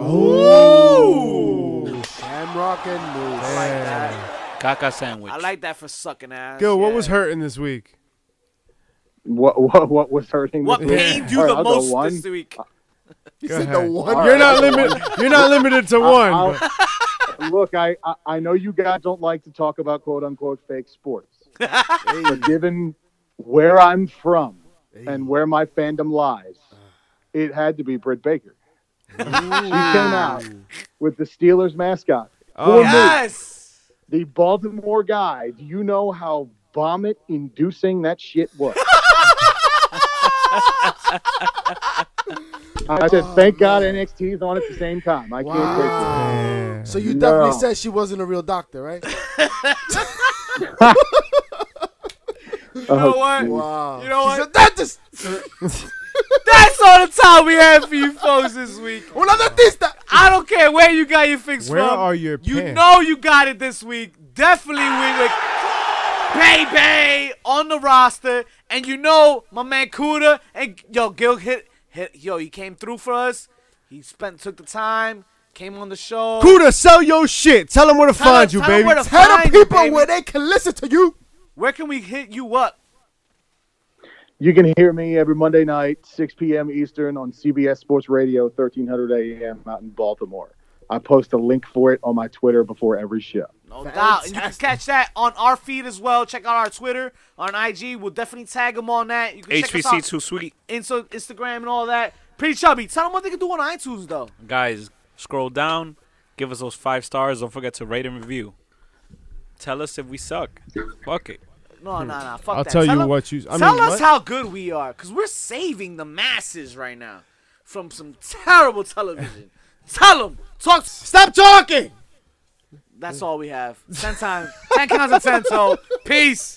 S2: and Moose.
S1: I like that.
S4: Kaka sandwich.
S1: I like that for sucking ass.
S3: Gil, what was
S1: yeah.
S3: hurting this week?
S5: what what, what was hurting
S1: What
S5: this week?
S1: pained you
S5: All right,
S1: the
S5: I'll go
S1: most
S5: one.
S1: this *laughs* week?
S2: He
S3: Go
S2: said the
S3: ahead.
S2: one.
S3: You're not limited. You're not limited to *laughs* one.
S5: I'll-
S3: but-
S5: look I, I i know you guys don't like to talk about quote unquote fake sports but given where i'm from and where my fandom lies it had to be britt baker she came out with the steelers mascot
S3: Oh,
S1: Yes.
S5: the Baltimore guy, do you know how vomit inducing that shit was? I said, thank God NXT is on at the same time. I can't
S2: Wow.
S3: man.
S2: So you
S5: No.
S2: definitely said she wasn't a real doctor, right?
S5: take that.
S1: You know what?
S2: Wow.
S1: You know
S2: She's
S1: what?
S2: a dentist.
S1: That's all the time we have for you folks this week.
S2: Una dentista.
S1: I don't care where you got your fix
S3: Where
S1: from.
S3: are your
S1: You
S3: pants?
S1: know you got it this week. Definitely we with Baby on the roster, and you know my man Kuda and yo Gil hit hit yo he came through for us. He spent took the time, came on the show.
S3: Kuda, sell your shit. Tell them where to
S1: Tell 'em-
S3: find you,
S1: tell 'em
S3: baby.
S1: where to
S2: Tell the
S1: Find you,
S2: people
S1: baby.
S2: where they can listen to you.
S1: Where can we hit you up?
S5: You can hear me every Monday night, 6 p.m. Eastern on CBS Sports Radio, 1300 a.m. out in Baltimore. I post a link for it on my Twitter before every show.
S1: No doubt. And you can catch that on our feed as well. Check out our Twitter, on IG. We'll definitely tag them on that. You can check us
S4: HBC
S1: out
S4: too sweet.
S1: Insta- Instagram and all that. Pretty chubby. Tell them what they can do on iTunes though.
S4: Guys, scroll down. Give us those five stars. Don't forget to rate and review. Tell us if we suck. Fuck it.
S1: No, no, no. Fuck
S3: Hmm. I'll
S1: that.
S3: tell you
S1: them-
S3: what you. I
S1: tell
S3: mean,
S1: us
S3: what?
S1: how good we are, because we're saving the masses right now from some terrible
S3: *laughs*
S1: television. tell them. Talk.
S3: Stop talking. *laughs*
S1: That's all we have. Ten times. Ten counts of ten. So peace.